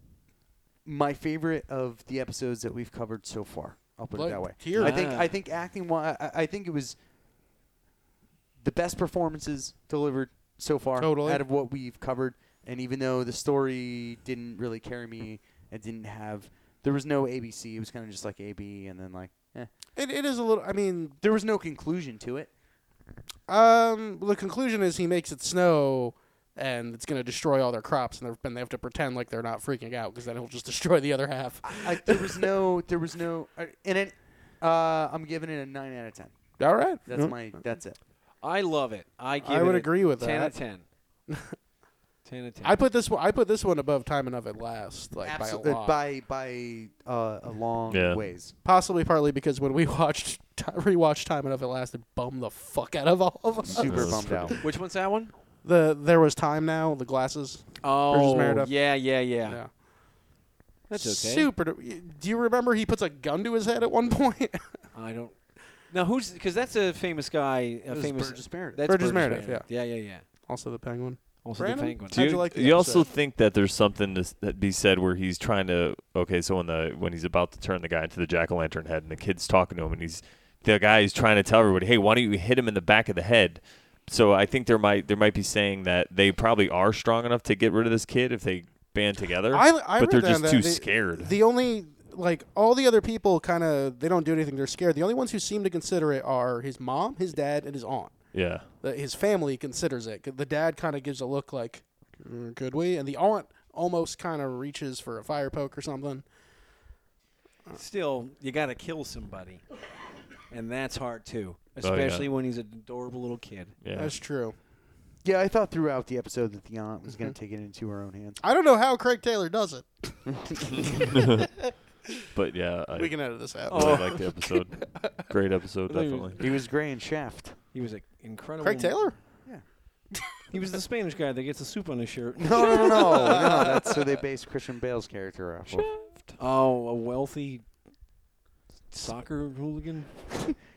my favorite of the episodes that we've covered so far. I'll put Like, it that way. here. I think Ah. I think acting. Wise, I, I think it was the best performances delivered so far Totally. out of what we've covered. And even though the story didn't really carry me, it didn't have. There was no ABC. It was kind of just like AB, and then like eh. It, it is a little. I mean, there was no conclusion to it. um, the conclusion is he makes it snow, and it's gonna destroy all their crops, and they're- and they have to pretend like they're not freaking out because then he'll just destroy the other half. I, there was no. There was no. I- And it. Uh, I'm giving it a nine out of ten. All right, That's Mm. my. That's it. I love it. I give I would it a agree with that. ten out of ten. ten out of ten. I put this one. I put this one above time and of it last, like by Absolutely, a lot. by by uh, a long Yeah. ways. Possibly partly because when we watched t- rewatched Time Enough, it lasted bummed the fuck out of all of us. Super That's bummed out. Which one's that one? The there was time now. The glasses. Oh, married up. yeah, yeah, Ah. yeah, That's okay. Super. Do you remember he puts a gun to his head at one point? I don't. Now who's because that's a famous guy, a It was famous. Burgess Meredith. That's Burgess Meredith, Yeah, yeah, yeah. also the penguin. Also Brandon? the penguin. How'd you like the you also episode? think that there's something to s- that be said where he's trying to okay, so when the when he's about to turn the guy into the jack o' lantern head, and the kid's talking to him, and he's the guy is trying to tell everybody, hey, why don't you hit him in the back of the head? So I think there might there might be saying that they probably are strong enough to get rid of this kid if they band together, I, I but read they're that- just that too the- scared. The only like all the other people kind of they don't do anything. They're scared. The only ones who seem to consider it are his mom, his dad, and his aunt. yeah, The, his family considers it. 'Cause The dad kind of gives a look like, "Mm, could we? And the aunt almost kind of reaches for a fire poke or something. Still, you gotta kill somebody, and that's hard too, Oh, yeah. especially when he's an adorable little kid. yeah. That's true. Yeah, I thought throughout the episode that the aunt was going to take it into her own hands. I don't know how Craig Taylor does it. But yeah, I We Oh. really can edit this out. Oh, like the episode. Great episode, I thought you- definitely. He was gray and Shaft. He was an incredible. Craig Taylor? He was the Spanish guy that gets a soup on his shirt. No, no, no, no, no. That's who they based Christian Bale's character off of. oh, a wealthy soccer hooligan.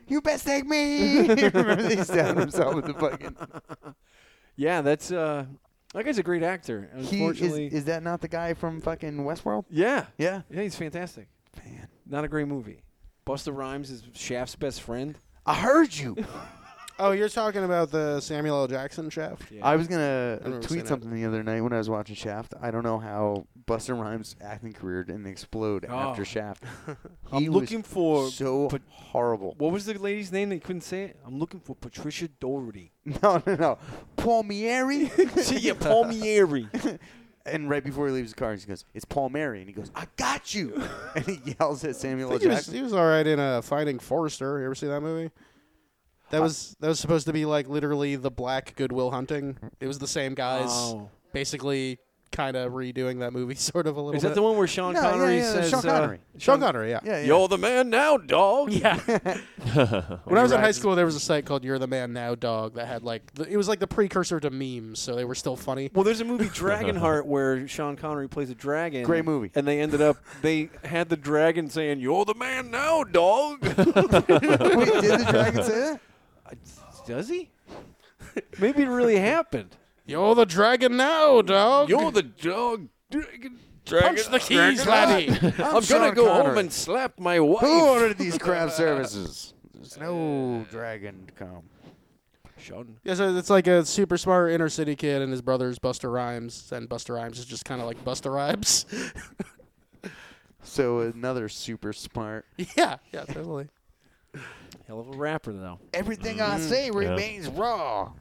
You best take me. Remember they used to have himself with the fucking. Yeah, that's uh, that guy's a great actor. He is, Unfortunately, is that not the guy from fucking Westworld? yeah, Yeah. yeah, he's fantastic. Man. Not a great movie. Busta Rhymes is Shaft's best friend. I heard you. Oh, you're talking about the Samuel L. Jackson shaft? Yeah. I was going remember to seeing tweet that. something the other night when I was watching Shaft. I don't know how Buster Rhymes' acting career didn't explode Oh. after Shaft. I'm He was looking for so Pat- horrible. what was the lady's name? They couldn't say it. I'm looking for Patricia Doherty. No, no, no. Palmieri. See ya, Palmieri. and right before he leaves the car, he goes, "It's Palmieri," and he goes, "I got you," and he yells at Samuel I Oh, L. think he was, Jackson. he was all right in uh, Finding Forrester. You ever see that movie? That was that was supposed to be like literally the black Goodwill Hunting. It was the same guys Oh. basically kind of redoing that movie, sort of a little. Is that bit. the one where Sean No, yeah, Connery yeah, yeah, says, Sean uh, Connery? Sean Connery, yeah. You're the man now, dog. Yeah. when When I was he in high rides- school, there was a site called "You're the Man Now, Dog" that had like the, it was like the precursor to memes, so they were still funny. Well, there's a movie Dragonheart where Sean Connery plays a dragon. Great movie. And they ended up they had the dragon saying, "You're the man now, dog." Wait, did the dragon say that? Does he? Maybe it really happened. You're the dragon now, dog. You're the dog. Punch the keys, laddie. I'm, gonna go home and slap my wife. Who ordered these craft services? There's no dragon to come. Sean. Yeah, so it's like a super smart inner city kid and his brother's Buster Rhymes, and Buster Rhymes is just kind of like Buster Rhymes. So another super smart. yeah, yeah, totally. Hell of a rapper though. Everything I say remains raw.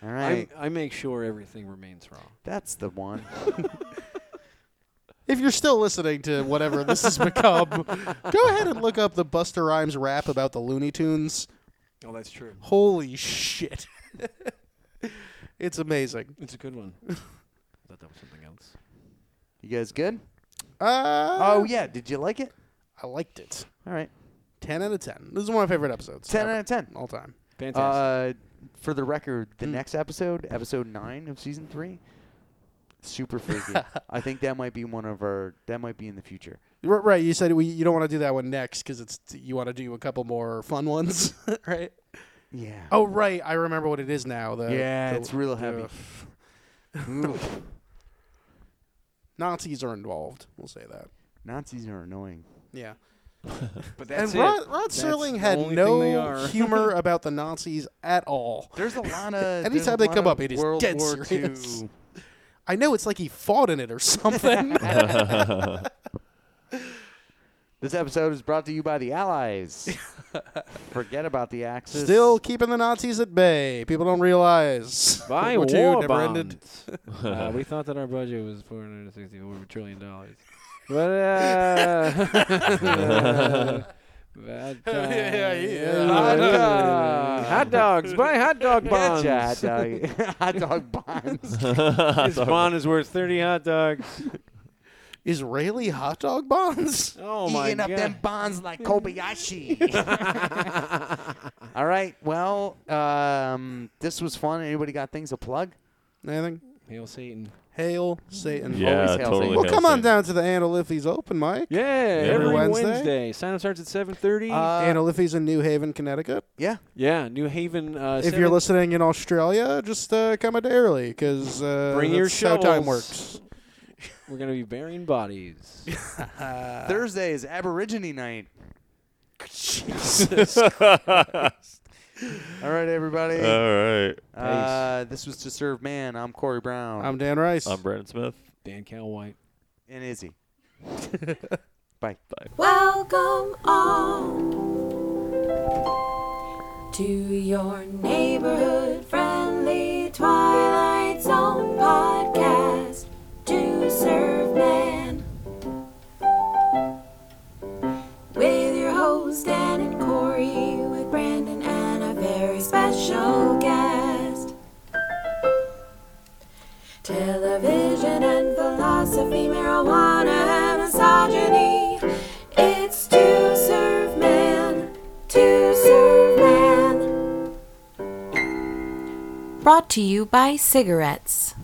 All right, I, I make sure everything remains wrong. that's the one. If you're still listening to whatever this has become, go ahead and look up the Buster Rhymes rap about the Looney Tunes. Oh, that's true. Holy shit. it's amazing. It's a good one. I thought that was something else. You guys good? Uh, Oh yeah, did you like it? I liked it. All right, 10 out of 10. This is one of my favorite episodes. ten ever, out of ten. All time. Uh, for the record, the next episode, episode nine of season three, super freaky. I think that might be one of our. That might be in the future. R- Right, you said we, you don't want to do that one next because it's you want to do a couple more fun ones, right? Yeah. Oh, right, I remember what it is now. The yeah, the- it's real heavy. the Nazis are involved. We'll say that. Nazis are annoying. Yeah. But and Rod, Rod Serling had no humor about the Nazis at all. There's a lot of Anytime they come up, it is World dead War serious. II. I know it's like he fought in it or something. This episode is brought to you by the Allies. Forget about the Axis. Still keeping the Nazis at bay. People don't realize Buy World War II war never ended. bonds. uh, we thought that our budget was four hundred sixty-four trillion dollars, but uh, hot, dog. hot dogs. Buy hot dog bonds. Gotcha, hot dog. hot dog bonds. His bond is worth thirty hot dogs. Israeli hot dog bonds. Oh my Eating up god! them bonds like Kobayashi. All right. Well, um, this was fun. Anybody got things to plug? Anything? Hail Satan! Hail Satan. Yeah, Always hail totally. Satan. Well, hail come on Satan. down to the Analythes open mic. Yeah, every, Wednesday? Wednesday. Sign up starts at seven thirty. Uh, Analythes in New Haven, Connecticut. yeah. yeah, New Haven. Uh, If you're seven- listening in Australia, just uh, come a day early because uh, Bring your that's how time shovels. works. we're gonna be burying bodies. Thursday is Aborigine night. All right, everybody. All right. Uh, this was to serve man. I'm Corey Brown. I'm Dan Rice. I'm Brandon Smith. Dan Cal White. and Izzy. Bye. Welcome on to your neighborhood friendly Twilight Zone podcast to serve man with your host Dan and Corey with Brandon and a very special guest. Television and philosophy, marijuana and misogyny. It's to serve man, to serve man. Brought to you by cigarettes.